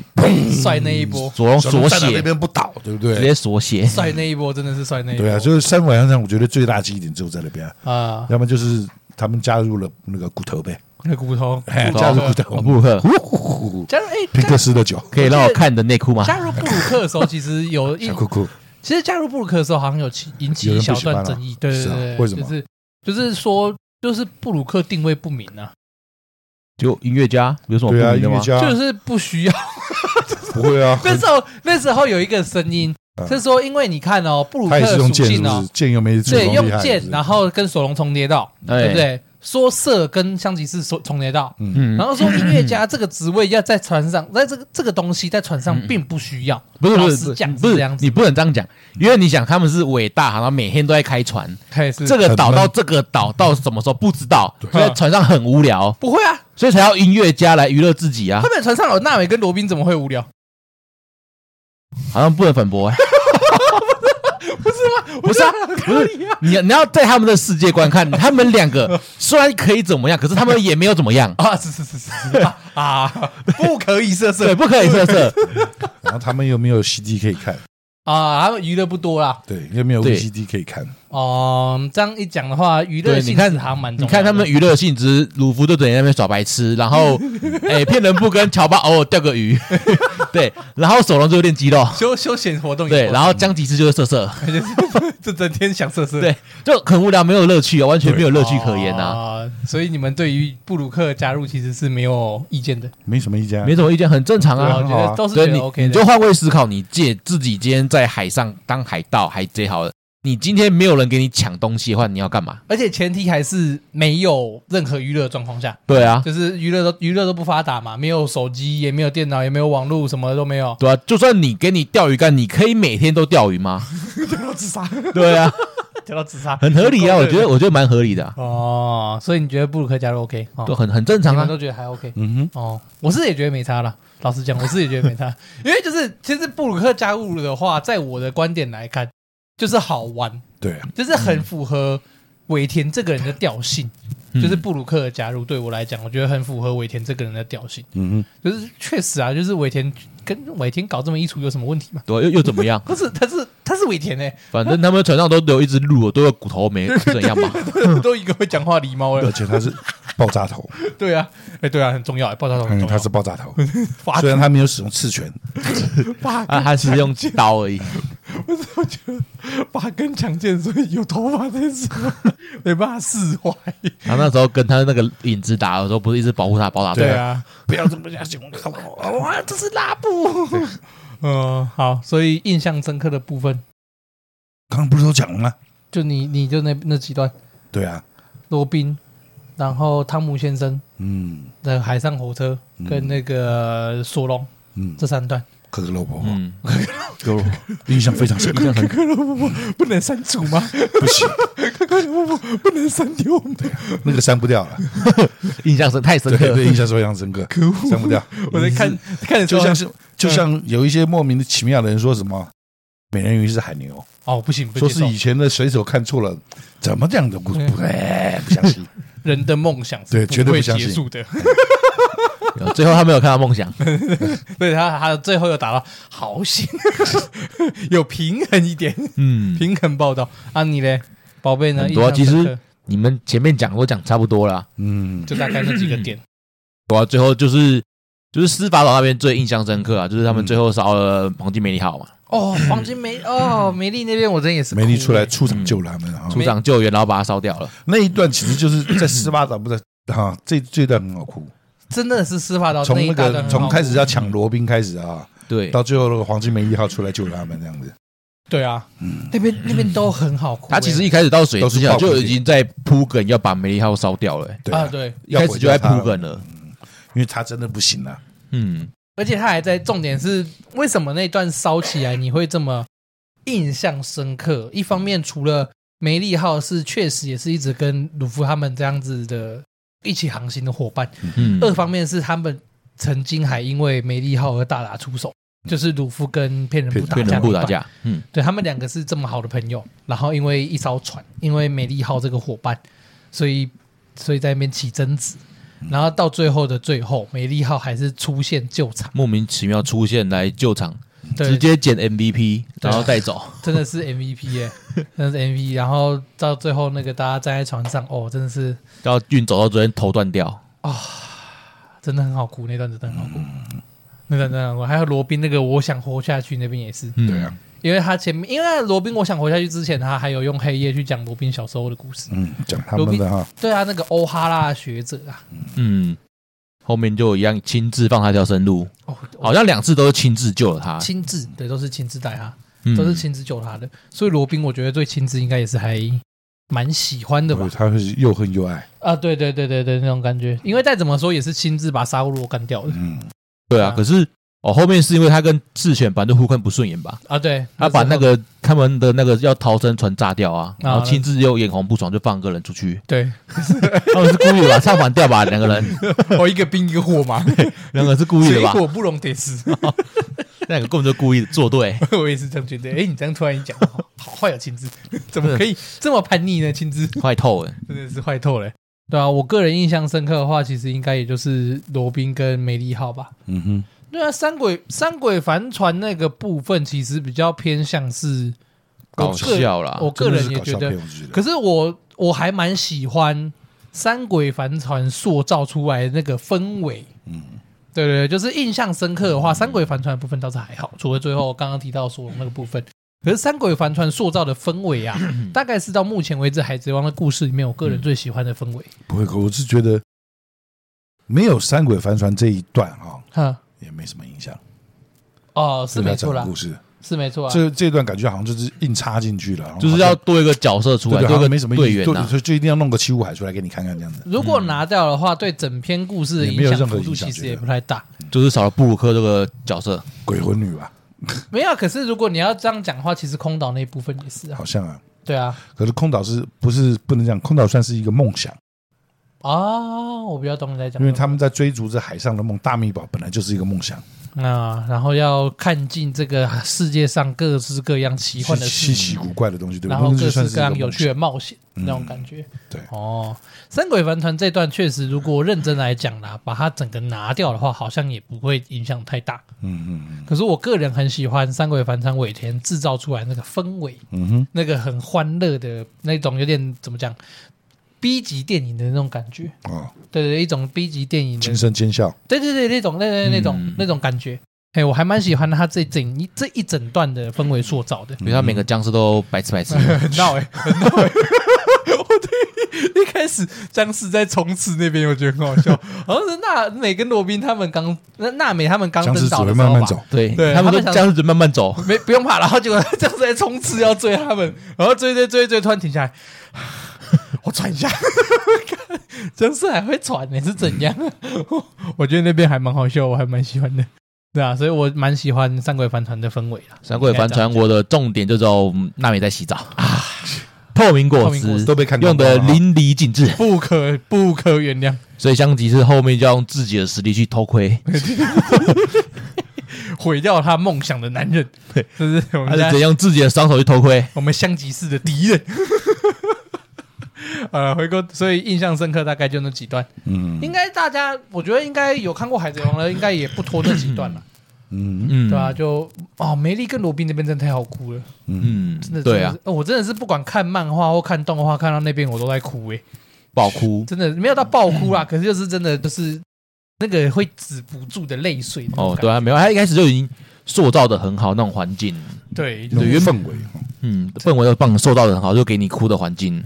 B: 帅那一波，
A: 左龙
C: 索隆
A: 锁
C: 站在那
A: 血，
C: 边不倒，对不
A: 直
C: 对？
A: 接锁血。
B: 帅那一波真的是帅那一波。
C: 对啊，就是山鬼帆船，我觉得最大记忆点只有在那边啊，
B: 啊，
C: 要么就是他们加入了那个骨头呗，
B: 那骨头，
C: 嘿
B: 骨
C: 哎加入
B: 头
C: 骨头，
A: 哦布鲁克
C: 呼呼呼呼呼
B: 加入哎，
C: 皮
B: 加
C: 克斯的酒，
A: 可以让我看你的内裤吗？
B: 加入布鲁克的时候，其实有一
C: 小啊酷酷，
B: 其实加入布鲁克的时候，好像有起引起
C: 有
B: 一
C: 人不
B: 小
C: 喜欢
B: 段
C: 啊
B: 争议，对对
C: 是啊
B: 对，
C: 为什么
B: 就是就是说，就是布鲁克定位不明啊，
A: 就音乐家有什么不
C: 对啊，
A: 明
C: 音
A: 的
C: 乐
A: 吗？
C: 家
B: 就是不需要。
C: 不会啊，
B: 那
C: 很
B: 时候那时候有一个声音
C: 嗯
B: 是说，因为你看哦，布鲁
C: 他
B: 克
C: 也是
B: 的
C: 用
B: 属
C: 剑，是
B: 性
C: 不
B: 哦
C: 是，？剑又没
B: 对，
C: 索隆厉
B: 用
C: 害
B: 剑啊
C: 是，不是
B: 然后跟索隆重叠到，对不？对？说射跟香吉士重重叠到，
A: 嗯
B: 然，后说音乐家这个职位要在船上，在这个这个东西在船上并不需要。
A: 不是
B: 老
A: 不
B: 实
A: 是
B: 讲是
A: 不
B: 这样
A: 是，
B: 子
A: 你不能这样讲，因为你想他们是伟大，然后每天都在开船，
B: 开始
A: 这个岛
C: 很
A: 到
C: 闷
A: 这个岛到什么时候不知道，所以
B: 嗯
A: 船上很无聊，
B: 不会啊，
A: 所以才要音乐家来娱乐自己啊
B: 他，们船上有娜美跟罗宾，怎么会无聊？
A: 好像不能反驳欸。
B: 不是吗？
A: 不是啊
B: 可以啊。。
A: 你你要在他们的世界观看，他们两个虽然可以怎么样，可是他们也没有怎么样
B: 啊，是是是是是啊啊，不可以色
A: 对，
B: 色
A: 不可以色 色，
C: 然后他们又没有 CD 可以看，
B: 啊，他们娱乐不多啦。
C: 对，又没有
A: 对
C: VCD 可以看，
B: 哦、这样一讲的话，娱乐
A: 对
B: 性
A: 你看
B: 质好像蛮重
A: 你
B: 要的
A: 看他们娱乐性质，鲁夫就等于在那边耍白痴，然 后哎骗人不跟乔巴偶尔钓个鱼， 对，然后索隆就练肌 肉，
B: 休休闲活动也
A: 对，
B: 多
A: 然后江吉斯就是色色，
B: 就整天想色色，
A: 对，就很无聊，没有乐趣啊，完全没有乐趣可言啊，
B: 啊。所以你们对于布鲁克的加入其实是没有意见的，
C: 没什么意见啊
A: 没。什么意见，很正常
B: 对啊我
A: 啊
B: 觉。
C: 很好
B: 得
C: 啊
B: 都是
A: 对
B: 觉
A: 你
B: 得 OK
A: 你
B: 的。
A: 就换位思考，你借自己今天在海上当海盗、海贼好了，你今天没有人给你抢东西的话，你要干嘛？
B: 而且前提还是没有任何娱乐的状况下，
A: 对啊，
B: 就是娱乐都娱乐都不发达嘛，没有手机，也没有电脑，也没有网络，什么都没 有，
A: 对啊，就算你给你钓鱼竿，你可以每天都钓鱼吗？
B: 讲到自杀，
A: 对啊，
B: 讲到自杀，
A: 很合 理啊，我觉得我觉得蛮合理的啊、
B: 哦，所以你觉得布鲁克加入 OK？哦
A: 都很很正常
B: 你们
A: 啊。
B: 都觉得还 OK？
C: 嗯哼，
B: 哦，我是也觉得没差啦。老实讲，我是也觉得没差，因为就是其实布鲁克加入的话，在我的观点来看，就是好玩，
C: 对啊，
B: 就是很符合尾田这个人的调性。
A: 嗯
B: 就是布鲁克的加入对我来讲，我觉得很符合尾田这个人的调性。
C: 嗯
B: 就是确实啊，就是尾田跟尾田搞这么一出有什么问题吗？
A: 对啊，又又怎么样？
B: 不是，他是他是尾田哎、
A: 反正他们船上都有一只鹿，都有骨头 没，不是一样吗？
B: 都一个会讲话狸猫
C: 哼，而
B: 了。
C: 且他是爆炸头，
B: 对啊，哎、对啊，很重要、哎爆炸头很
C: 嗯，
B: 重要。
C: 他是爆 炸头，
B: 发
C: 虽然他没有使用刺拳，
B: 啊
A: 啊，他是用刀而已。
B: 我怎么觉得 发根强健，所以有头发这件事 没办法释怀。
A: 他那时候跟他那个影子打的时候，不是一直保护他，保打
B: 对啊，
C: 不要这么下去，我靠！
B: 哇，这是拉布。嗯，好，所以印象深刻的部分，
C: 刚刚不是都讲了吗？
B: 就你你就那那几段，
C: 对啊，
B: 罗宾，然后汤姆先生
C: 嗯
B: 的海上火车跟那个索隆
C: 嗯，
B: 这三段，
C: 可是老婆婆
A: 嗯，
C: 给我印象非常深刻，
B: 可乐不不能删除吗？
C: 不行，
B: 不不能删掉我们的。
C: 那个删 不掉了，
A: 啊印象深太深
C: 对
A: 刻了
C: 对，。印象是非常深刻，
B: 可恶
C: 删不掉。
B: 我在看看的时
C: 就
B: 候
C: 像是就像有一些莫名其妙的人说什么。美人鱼是海牛，
B: 哦，不行，不
C: 说
B: 接
C: 是
B: 受
C: 以前的水手看错了，怎么这样的故事？不哎，不相 信。
B: 人的梦想是
C: 对绝对
B: 会
C: 不相
B: 结
C: 信
B: 束的。
A: 有 最后他没有看到梦想，
B: 对他，他最后又打到好险， 有平衡一点，
A: 嗯，
B: 平衡报道啊，你嘞，宝贝呢？
A: 很多啊
B: 印象深刻
A: 你们前面讲都讲差不多了啊，
C: 嗯，
B: 就大概那几个点，
A: 我、啊、最后就是就是司法岛那边最印象深刻啊，就是他们最后烧了黄金梅里号嘛，
B: 哦，黄金梅哦，梅丽那边我真也是嗯
C: 美丽出来
B: 哭
C: 出场救了他们啊！
A: 组长救援，然后把它烧掉了。
C: 那一段其实就是在斯巴达，不是哈，这这段很好哭。
B: 欸真的是司法岛
C: 从
B: 那一
C: 那
B: 大段
C: 个
B: 很好
C: 从开始
B: 哭
C: 要抢罗宾开始啊，
A: 对，
C: 到最后那个黄金梅一号出来救他们这样子，
B: 对啊，那边那边都很好哭欸。
A: 他其实一开始到水之前
C: 都是
A: 就
C: 爆谷
A: 已经在铺梗要把梅里号烧掉了、欸
C: 对
B: 啊
C: 啊，
B: 对，
A: 一开始就在
C: 要毁
A: 铺
C: 掉他，
A: 梗了。
C: 因为他真的不行了。
A: 嗯，
B: 而且他还在重点是为什么那段烧起来你会这么印象深刻？一方面除了梅利号是确实也是一直跟鲁夫他们这样子的一起航行的伙伴，
A: 嗯
B: 二方面是他们曾经还因为梅利号而大打出手，就是鲁夫跟骗人部打
A: 对，
B: 架，
A: 人部打，架，嗯，
B: 对他们两个是这么好的朋友，然后因为一艘船，因为美丽号这个伙伴，所以所以在那边起争执，然后到最后的最后，美丽号还是出现救场，
A: 莫名其妙出现来救场，
B: 对
A: 嗯直，接捡 MVP，然后带走。
B: 真的是 MVP 耶、真的是 MVP。然后到最后那个大家站在船上，哦，真的是
A: 然后运走到昨天头断掉，
B: 真的很好哭，那段真的很好哭，
A: 嗯
B: 那段真的很好哭。还有罗宾那个我想活下去那边也是，
A: 嗯
C: 对啊，，
B: 因为他前面因为罗宾我想活下去之前，他还有用黑夜去讲罗宾小时候的故事。
C: 嗯，讲他们的哈，
B: 对啊，那个欧哈拉学者啊，
A: 嗯，后面就一样亲自放他条生路，
B: 哦，
A: 好像两次都是亲自救了他，
B: 亲自对，都是亲自带他，
A: 啊嗯
B: 都是亲自救他的。所以罗宾，我觉得对亲自应该也是还蛮喜欢的吧？
C: 他会是又恨又爱，
B: 啊，对对对对对，那种感觉，因为再怎么说也是亲自把沙乌罗干掉的
C: 嗯，
A: 对啊
B: 啊。
A: 可是哦，后面是因为他跟智选反正互看不顺眼吧，
B: 啊，对，
A: 他把那
B: 时候
A: 个他们的那个要逃生船炸掉啊，然后
B: 啊，
A: 亲自又眼红不爽，就放个人出去
B: 对，
A: 他们是故意的吧？唱反调吧？两个 人，
B: 哦，一个兵一个火嘛，
A: 两个是故意
B: 水
A: 的吧？
B: 火不容得失，
A: 那两个根本就故意作对，
B: 我也是这样觉得。哎，你这样突然一讲，好好坏啊，亲自 怎么 可以这么叛逆呢？亲自
A: 坏透了。
B: 真的是坏透了。对啊，我个人印象深刻的话，其实应该也就是罗宾跟梅利号吧。
C: 嗯哼，
B: 对啊，三鬼三鬼帆船那个部分其实比较偏向是
A: 搞笑啦
B: 我个人
C: 真
B: 也
C: 的是
B: 觉
C: 搞
B: 得
C: 笑片，，我就觉得
B: 可是我我还蛮喜欢三鬼帆船塑造出来的那个氛围。嗯，对对对，就是印象深刻的
C: 嗯
B: 话，三鬼帆船的部分倒是还好，除了最后刚刚提到索隆那个部分。可是三鬼帆船塑造的氛围 啊，大概是到目前为止《海贼王》的故事里面，我个
C: 嗯
B: 人最喜欢的氛围。
C: 不会，我是觉得没有三鬼帆船这一段哈，
B: 哈，
C: 也没什么影响，
B: 哦，是
C: 对他
B: 没错
C: 讲的
B: 啦
C: 故，事，
B: 是没错啊。
C: 这这段感觉好像就是硬插进去了，
A: 就是要多一个角色出
C: 对
A: 来，
C: 对，
A: 多一
C: 好像
A: 个
C: 没什么
A: 队
C: 意义
A: 员啊
C: 对
A: 呐、
C: 就就一定要弄个七五海出来给你看看这样子。
B: 如果拿掉的话，对整篇故事的
C: 嗯也没
B: 影
C: 有
B: 响
C: 任何
B: 幅
C: 影
B: 度
C: 响
B: 其实
C: 觉
B: 也
C: 得
B: 不太大。
A: 就是少了布鲁克这个角色。
C: 鬼魂女吧，
B: 没有，可是如果你要这样讲的话，其实空岛那一部分也是啊
C: 好。像啊。
B: 对啊，
C: 可是空岛是不是不能讲？空岛算是一个梦想，
B: 啊，我比较懂你在讲什
C: 因
B: 么，
C: 为他们在追逐着海上的梦。大密宝本来就是一个梦想，
B: 啊，然后要看尽这个世界上各式各样奇幻的
C: 稀
B: 事
C: 奇
B: 情，
C: 古怪的东西，对吧？
B: 然后
C: 那
B: 各
C: 就算
B: 式
C: 是
B: 各
C: 一
B: 样
C: 个梦
B: 有
C: 想嗯
B: 趣的冒险那种感觉。
C: 对
B: 哦，三鬼帆船这段确实，如果认真来讲啦，把它整个拿掉的话，好像也不会影响太大。
C: 嗯嗯嗯
B: 可是我个人很喜欢三鬼帆船尾田制造出来那个氛围，
C: 嗯哼，
B: 那个很欢乐的那种，有点怎么讲，B 级电影的那种感觉，
C: 哦，
B: 对对，一种 B 级电影的
C: 惊声尖笑，
B: 嗯对对对，那种那那那种、
A: 嗯
B: 那种感觉。哎，我还蛮喜欢他这整一这一整段的氛围塑 造的，
A: 因为
C: 嗯
A: 他每个僵尸都白痴白痴。
B: 很闹
C: 欸
B: 哎、 很闹哎、我对一开始僵尸在冲刺那边，我觉得很好笑，好像是娜美跟罗宾他们刚那娜美他们刚
C: 僵尸
B: 登
C: 只
B: 岛
C: 会
B: 的时候
C: 慢
B: 吧，
C: 慢走，
A: 对，
B: 对
A: 他们
B: 他
A: 说
B: 们想
A: 僵尸只慢慢走，
B: 没不用怕，然后结果 僵尸在冲刺要追他们，然后追追追追，突然停下来， 我喘一下， 僵尸还会喘呢、是怎样？ 我觉得那边还蛮好笑，我还蛮喜欢的。对啊，所以我蛮喜欢三鬼帆船的氛围啦。
A: 三鬼帆船，我的重点就只有嗯娜美在洗澡啊，透明
B: 透
A: 果
B: 明果
A: 汁
B: 汁
C: 都被看到
A: 用的
C: 了啊
A: 淋漓尽致，
B: 不可不可原谅。
A: 所以香吉是后面就要用自己的实力去偷 窥，
B: 毁掉他梦想的男人，对，这是我
A: 他是
B: 们家
A: 直接用自己的双手去偷窥。
B: 我们香吉士的敌人。 呃，回过，所以印象深刻大概就那几段。
C: 嗯
B: 应该大家，我觉得应该有看过《海贼王》的，应该也不拖这几段了，
C: 嗯
A: 嗯，
B: 对吧、啊？就哦，梅丽跟罗宾那边真的太好哭了，
A: 嗯
B: 真的，
A: 对啊
B: 真的，是呃我真的是不管看漫画或看动画，看到那边我都在哭、欸，
A: 爆哭
B: 真的没有到爆哭
A: 嗯
B: 啦，可是就是真的就是那个会止不住的泪水那种
A: 哦，
B: 感觉。
A: 对啊，没有，他一开始就已经塑造的很好那种环境，
B: 对，
C: 那种氛围，哦
A: 嗯，氛围都帮你塑造的很好，就给你哭的环境。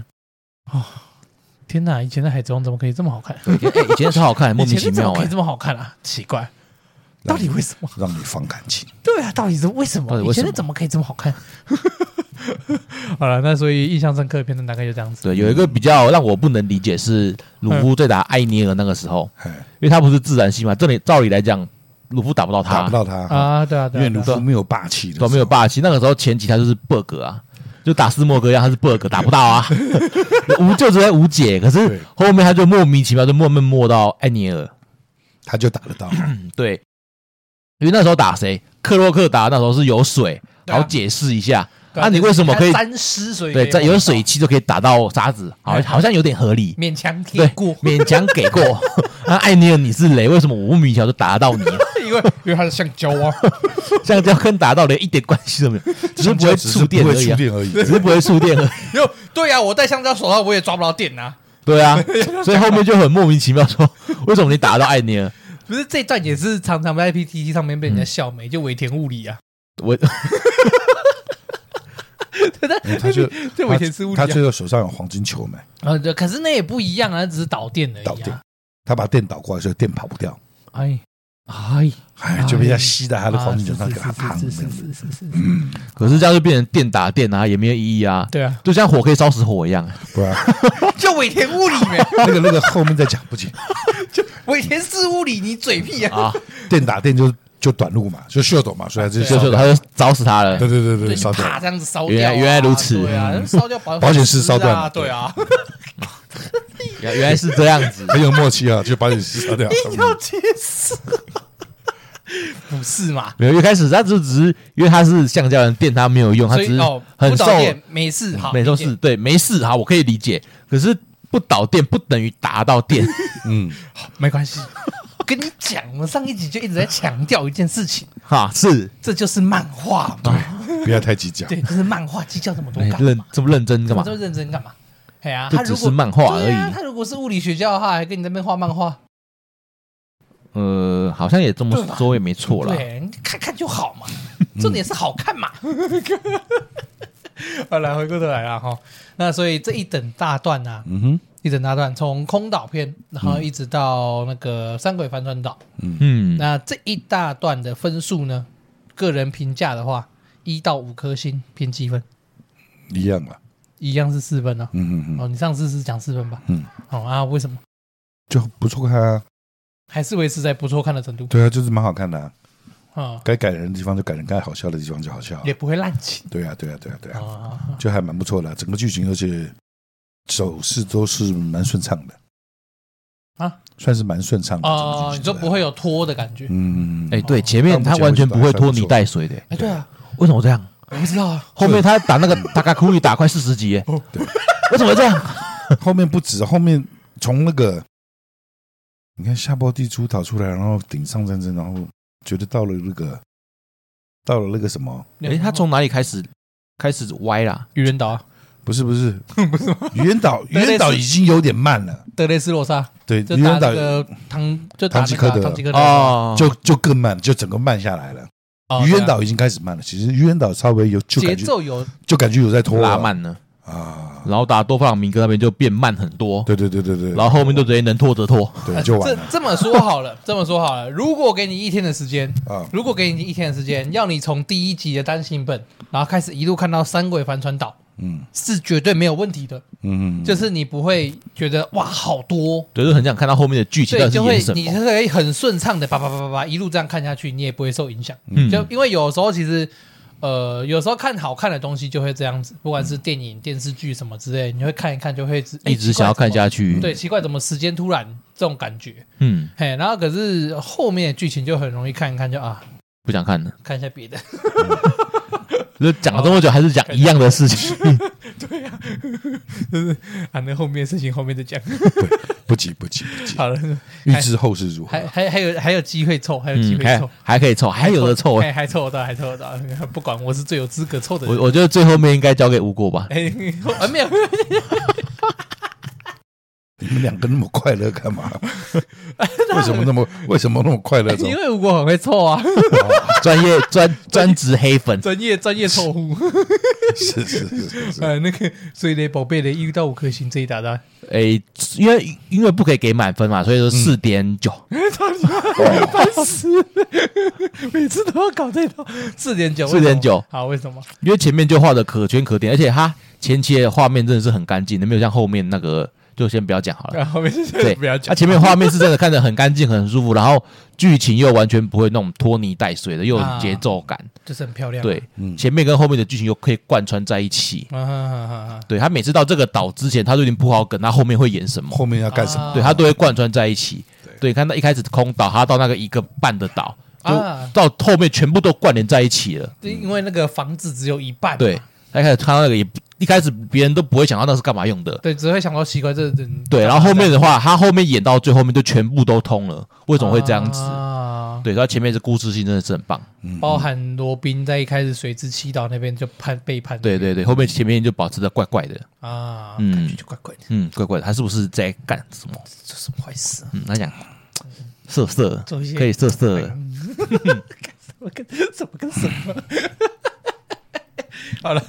B: 天哪！以前的《海贼王》怎么可以这么好看？
A: 对，以前 哎以前超好看，莫
B: 以
A: 名
B: 前
A: 其
B: 是怎
A: 妙
B: 么可以
A: 哎
B: 这。么好看啊？奇怪，到底为什么？
C: 让你放感情。
B: 对啊，到底是为什
A: 到
B: 么？
A: 底
B: 以
A: 为什
B: 前
A: 么
B: 是怎么可以这么 好看？好了，那所以印象深刻的片段大概就这样子。
A: 对，有一个比较让我不能理解是鲁夫对打艾尼尔那个时候，
B: 啊
C: 哎，
A: 因为他不是自然系嘛，这里照理来讲，鲁夫打不到
C: 打
A: 他
C: 不，到他，哦
B: 啊，对啊，
C: 因
B: 对
C: 为
B: 啊对
C: 卢
B: 啊，
C: 夫没有霸气的，
A: 都没有霸气。那个时候前期他就是 bug 啊，就打斯莫格一样，他是 bug 打不到 啊，无就只在无解。可是
C: 对
A: 后面他就莫名其妙就默默默到艾尼尔，
C: 他就打得到。
A: 嗯，对，因为那时候打谁，克洛克打那时候是有水，
B: 对啊
A: 好解释一下。
B: 对
A: 啊，你为什么可以
B: 它沾湿水？
A: 对在有水汽就可以打到沙子？好，
B: 哎
A: 好像有点合理。
B: 哦勉强可以
A: 对
B: 过，，
A: 勉强给过。啊，艾尼尔你是雷，为什么我莫名其妙就打得到你？
B: 因为因为它是橡胶啊。
A: 香蕉跟打到雷一点关系都没有，只是不会
C: 只是
A: 触电
C: 不
A: 而
C: 会
A: 已、
C: 触
A: 啊，
C: 电而已。
A: 只是不会触电而已。
B: 哟，对啊，我戴橡胶手套我也抓不到电啊。
A: 对啊，所以后面就很莫名其妙说，为什么你打得到艾尼尔？
B: 不是这段也是常常在 PTT 上面被人家笑没，就尾田物理啊，
A: 我
C: 哎他就
B: 就尾田是物理
C: 他
B: 啊。
C: 最后手上有黄金球没？
B: 啊，对，可是那也不一样啊，只是导电而
C: 导
B: 已
C: 电
B: 啊。，
C: 他把电导过来，所以电跑不掉，
B: 哎，哎，
C: 哎，
B: 哎
C: 就被他吸在他
B: 他
C: 的黄金球上，给他啊烫
B: 啊是是是是是是是，
A: 可是这样就变成电打电啊，也没有意义啊。
B: 对啊，
A: 就像火可以烧死火一样，
C: 不然
B: 就尾田物理没，
C: 那个那个后面再讲不行。
B: 尾田是物理，你嘴屁啊！
A: 啊，
C: 电打电就就短路嘛，就秀斗嘛，所以他就
A: 就
C: 秀
A: 就他就烧死他了
C: 对。对对对
B: 对，
C: 对，烧
B: 就
C: 掉。
B: 啪这样子烧掉啊，
A: 原来原来如此嗯
B: 对啊，烧掉保
C: 保险丝烧断
B: 啊，
C: 了
B: 对啊，
A: 原原来是这样子，
C: 很有默契啊，就把你杀掉。
B: 要结束， 不是嘛？
A: 没有一开始他就只是因为他是橡胶人，电他没有用，他
B: 所
A: 只
B: 以
A: 是
B: 哦，
A: 很
B: 不
A: 受
B: 导电没事，好，
A: 没
B: 理
A: 受
B: 解
A: 是，对没事好，我可以理解。可是不导电不等于打到电，
C: 嗯，
B: 没关系。我跟你讲，我们上一集就一直在强调一件事情，
A: 哈，是
B: 这就是漫画嘛，
C: 不要太计较。
B: 对，就是漫画计较这么多
A: 哎
B: 干
A: 认
B: 嘛？
A: 这么认真干嘛
B: 啊这？么认真干嘛？哎呀，
A: 就
B: 他如
A: 只是
B: 果
A: 漫画而
B: 对啊
A: 已
B: 他如果是物理学家的话，还跟你在那边画漫画，
A: 呃，好像也这么
B: 对吧
A: 说也没错啦。嗯
B: 对，你看看就好嘛， 重点是好看嘛。好来回过头来了哈，那所以这一整大段啊，
C: 嗯哼，
B: 一整大段从空岛篇，然后一直到那个三鬼帆船岛，
A: 嗯，
B: 那这一大段的分数呢，个人评价的话，一到五颗星偏积分，
C: 一样啊。
B: 一样是四分啊。
C: 嗯嗯嗯，
B: 哦，你上次是讲四分吧？
C: 嗯，
B: 哦啊，为什么？
C: 就不错看啊。
B: 还是维持在不错看的程度
C: 对啊，就是蛮好看的啊。
B: 啊、
C: 该感人的地方就感人，该好笑的地方就好笑啊。
B: 也不会滥情
C: 对啊，对啊，对啊，对啊，
B: 啊。
C: 就还蛮不错的啊。整个剧情而且走势都是蛮顺畅的
B: 啊，
C: 算是蛮顺畅的。整个
B: 哦，
C: 剧
B: 你
C: 情啊
B: 说不会有拖的感觉？
C: 嗯，
A: 哎，对，
B: 哦
A: 前面他
C: 到目前
A: 完全
C: 为止
A: 不会
C: 还算
A: 拖
C: 不
A: 泥
C: 错
A: 带水的，
B: 哎，对啊，
A: 为什么这样？
B: 我不知道啊。
A: 后面他打那个达卡库里打快四十级耶，为什么会这样？
C: 后面不止，后面从那个你看下坡地主导出来，然后顶上战争，然后觉得到了那个到了那个什么
A: 哎，他从哪里开始开始歪啦？
B: 愚人岛啊，
C: 不是 不是不是，原岛原岛已经有点慢了，
B: 德雷斯罗莎，
C: 对，
B: 就打
C: 原岛
B: 那个唐，就打
C: 唐吉
B: 那个
C: 诃德
B: 啊唐吉诃德
A: 哦，
C: 就就更慢，就整个慢下来了。
B: 哦
C: 愚
B: 对
C: 人
B: 啊
C: 岛已经开始慢了，其实愚人岛稍微有就
B: 节
C: 感觉
B: 奏有
C: 就感觉有在拖了
A: 拉慢了，
C: 啊，
A: 然后打多弗朗明哥那边就变慢很多，
C: 对对对对对，
A: 然后后面就直接能拖则拖，
C: 对就完
B: 这
C: 了
B: 这么说好了，这么说好了。如果给你一天的时间，
C: 啊，
B: 如果给你一天的时间，要你从第一集的单行本，然后开始一路看到三鬼帆船岛，
C: 嗯
B: 是绝对没有问题的。
C: 嗯，嗯
B: 就是你不会觉得哇好多，
A: 对，就很想看到后面的剧情到
B: 对，
A: 底是
B: 就会
A: 演什
B: 你
A: 么。
B: 是可以很顺畅的叭叭叭叭叭一路这样看下去，你也不会受影响。
A: 嗯
B: 就因为有时候其实。呃，有时候看好看的东西就会这样子，不管是电影、电视剧什么之类，你会看一哎看就会
A: 一直想要看下
B: 去。
A: 去，
B: 对，，奇怪，怎么时间突然这种感觉？
A: 嗯，
B: 嘿，然后可是后面的剧情就很容易看一看就啊，
A: 不想看了。
B: 看一下别的。
A: 就讲了这么久，还是讲一样的事情，
B: 啊，那后面的事情后面再讲。
C: 不急不急不急，
B: 好了，
C: 预知后事如何
B: 还？还还有还有机会凑，还有机
A: 嗯，
B: 会
A: 还
B: 凑，
A: 还可以凑，还有的凑。啊
B: 还还凑得到，还凑得到。不管我是最有资格凑的人。
A: 我我觉得最后面应该交给吴果吧。
B: 哎， 啊没有，
C: 你们两个那么快乐干嘛？为什么那么为什么那么快乐？怎
B: 因
C: 么
B: 为吴国很会 凑啊，
A: 专业专专职黑粉，
B: 专业专 业凑户。
C: 是是是是是，
B: 呃，那个所以呢，宝贝呢，一到五颗星这一 打单，
A: 诶，哎因为因为不可以给满分嘛，所以
C: 嗯
A: 说四点九。
B: 烦死了，每次都要搞这套，四点九，
A: 4.9
B: 好，为什么？
A: 因为前面就画的可圈可点，而且它前期的画面真的是很干净的，没有像后面那个就先不要讲好了。
B: 然后每次
A: 对，啊
B: 不要讲
A: 它。前面画面是真的看着很干净、很舒服，然后剧情又完全不会那种拖泥带水的，又有节奏感。
B: 就是很漂亮。啊
A: 对，
C: 嗯
A: 前面跟后面的剧情又可以贯穿在一起。
B: 啊，啊啊啊啊
A: 对他每次到这个岛之前，他就已经铺好梗，他后面会演什么，
C: 后面要干什么？
B: 啊
A: 对他都会贯穿在一起。对，看到一开始空岛，他到那个一个半的岛，就
B: 啊
A: 到后面全部都关联在一起了。
B: 对，因为那个房子只有一半嘛，
A: 对，他一开始看到那个也一开始别人都不会想到那是干嘛用的。
B: 对，只会想到奇怪，这人
A: 对，然后后面的话，他后面演到最后面就全部都通了，为什么会这样子？
B: 啊，
A: 对，他前面是故事性真的是很棒。
B: 包含罗宾在一开始水之七岛那边就叛背叛，
A: 对对对，后面前面就保持的怪怪的，
B: 啊，
A: 嗯
B: 感觉就怪怪的，
A: 嗯，怪怪的，他是不是在干什么？
B: 这什么坏事啊？
A: 嗯，他讲色色
B: 做一些，
A: 可以色色的，
B: 我跟 怎么跟什么？ 好了，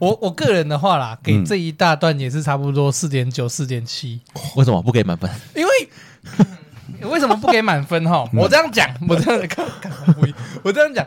B: 我我个人的话啦，给这一大段也是差不多四点九、四点七，
A: 为什么不给满分？
B: 因为 为什么不给满分哈？我这样讲，我这样 看，看我不一我这样讲，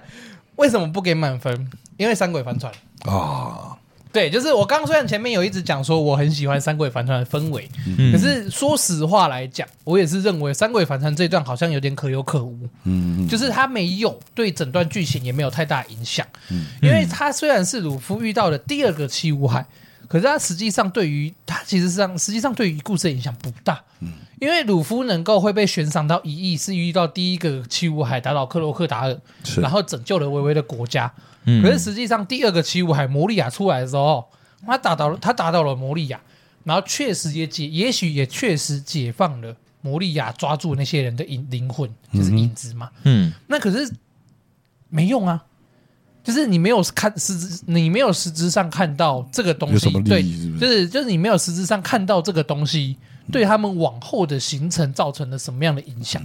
B: 为什么不给满分？因为三鬼帆船。
C: 啊，
B: 对，就是我刚虽然前面有一直讲说我很喜欢三鬼帆船的氛围，可是说实话来讲，我也是认为三鬼帆船这一段好像有点可有可无，
C: 嗯，嗯
B: 就是它没有对整段剧情也没有太大影响，
C: 嗯
B: 因为它虽然是鲁夫遇到的第二个七武海，可是它实际上对于它其实上实际上对于故事的影响不大，
C: 嗯
B: 因为鲁夫能够会被悬赏到一亿，是遇到第一个七武海打倒克罗克达尔，
C: 是
B: 然后拯救了维维的国家，
A: 嗯
B: 可是实际上，第二个七武海摩利亚出来的时候，他打倒了他打倒了摩利亚，然后确实也解，也许也确实解放了摩利亚抓住那些人的影灵魂，就是影子嘛。
A: 嗯，
B: 那可是没用啊，就是你没有看实质，你没有实质上看到这个东
C: 有
B: 西
C: 什么，利
B: 对，
C: 益是不是嗯
B: 就是就是你没有实质上看到这个东西对他们往后的行程造成了什么样的影响。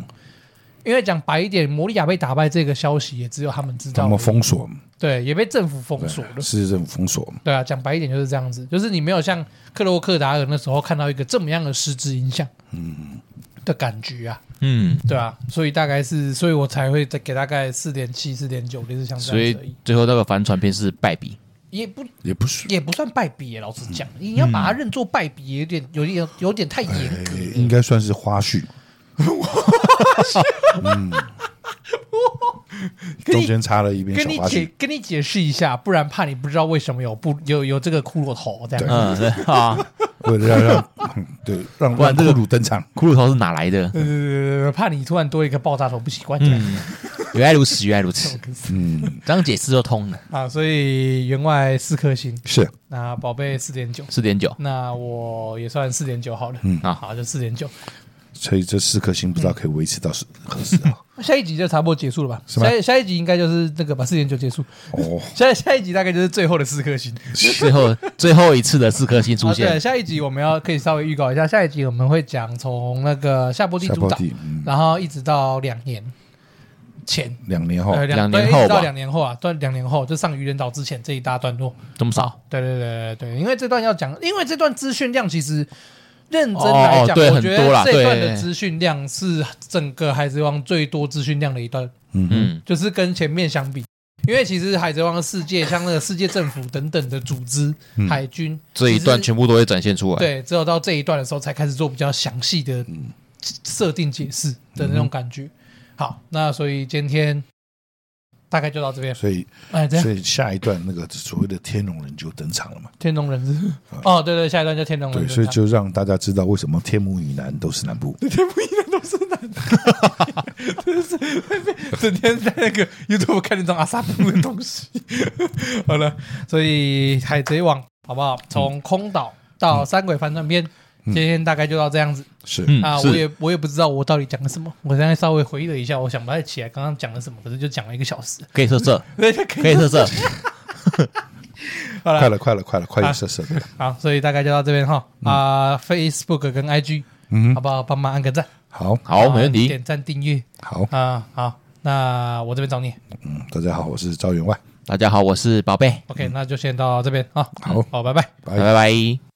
B: 因为讲白一点，摩利亚被打败这个消息也只有他们知道
C: 他
B: 而已，
C: 们封锁，
B: 对，也被政府封锁了。
C: 市政府封锁，
B: 对啊，讲白一点就是这样子，就是你没有像克洛克达尔那时候看到一个这么样的实质影响，嗯，的感觉啊，
A: 嗯，
B: 对啊，所以大概是，所以我才会再给大概四点七、四点九，就是像
A: 所
B: 这样
A: 以
B: 子而已，
A: 最后那个帆船片是败笔。
B: 也不
C: 也不是，
B: 也不算败笔耶。老实讲，你要把它认作败笔，有点有点有点太严格
C: 呃。应该算是花絮。嗯，中间插了一遍
B: 跟你
C: 小花絮
B: 解。跟你解释一下，不然怕你不知道为什么有不有有这个骷髅头这样。
A: 嗯，对啊，
C: 为了要让嗯对让
A: 不然
C: 让
A: 这
C: 库
A: 个
C: 鲁登场，
A: 骷髅头是哪来的？
B: 对对对对对，呃怕你突然多一个爆炸头不习惯这样。
A: 原来如此，原来如此，
C: 嗯，
A: 这样解释就通了。
B: 啊，所以员外四颗星，
C: 是
B: 那宝贝四点九，
A: 四点九，
B: 那我也算四点九好了。
C: 嗯
B: 好，就四点九。
C: 所以这四颗星不知道可以维持到是何时啊？
B: 下一集就差不多结束了吧？
C: 是吗
B: 下一下一集应该就是那个吧，四点九结束。
C: 哦，
B: 下下一集大概就是最后的四颗星。
A: 最后最后一次的四颗星出
B: 啊，对，
A: 现，
B: 下一集我们要可以稍微预告一下，下一集我们会讲从那个夏波地
C: 下
B: 主
C: 坡
B: 岛，
C: 地，嗯，
B: 然后一直到两年前，
C: 哦两年后
B: 呃，
A: 两
B: 对
A: 年
B: 一
A: 后
B: 直到
A: 吧
B: 两年后啊，对，两年后就上愚人岛之前这一大段落。
A: 这么少
B: 对对对对对，因为这段要讲，因为这段资讯量其实认真
A: 哦
B: 来讲，
A: 对
B: 我
A: 很
B: 觉
A: 多
B: 得
A: 啦
B: 这段的
A: 对
B: 资讯量是整个海贼王最多资讯量的一段，
C: 嗯嗯，
A: 嗯，
B: 就是跟前面相比。因为其实海贼王的世界，像那个世界政府等等的组织、
C: 嗯
B: 海军，
A: 这一段全部都会展现出来。
B: 对，只有到这一段的时候才开始做比较详细的设定解释的那种感觉。好，那所以今天大概就到这边。
C: 所以
B: 哎，这样
C: 所以下一段那个所谓的天龙人就登场了嘛，
B: 天龙人是哦，对对，下一段叫天龙人
C: 对，
B: 这
C: 所以
B: 样
C: 就让大家知道为什么天母以南都是南部，
B: 整天在那个 YouTube 看那种阿萨布的东西。好了，所以海贼王好不
A: 嗯
B: 好？从空岛到三鬼反转篇，今天大概就到这样子
C: 是
A: 嗯
B: 啊。
A: 是
B: 我也我也不知道我到底讲了什么，我现在稍微回忆了一下，我想不太起来刚刚讲了什么，可是就讲了一个小时。
A: 可以色色，
B: 对，可
A: 可以色色，
B: 好
C: 快
B: 了，
C: 了，快了，快了，快
B: 啊
C: 点射射，
B: 好，所以大概就到这边哈
A: 嗯
B: 啊，Facebook 跟 IG
C: 嗯
B: 好，不好？帮忙按个赞，
C: 好
A: 好，没问
B: 啊
A: 题。
B: 点赞订阅
C: 好，
B: 啊。好，那我这边找你。
C: 嗯，大家好，我是赵员外，
A: 大家好，我是宝贝，
B: OK，那就先到这边啊。
C: 好
B: 好，拜拜。
A: 拜拜。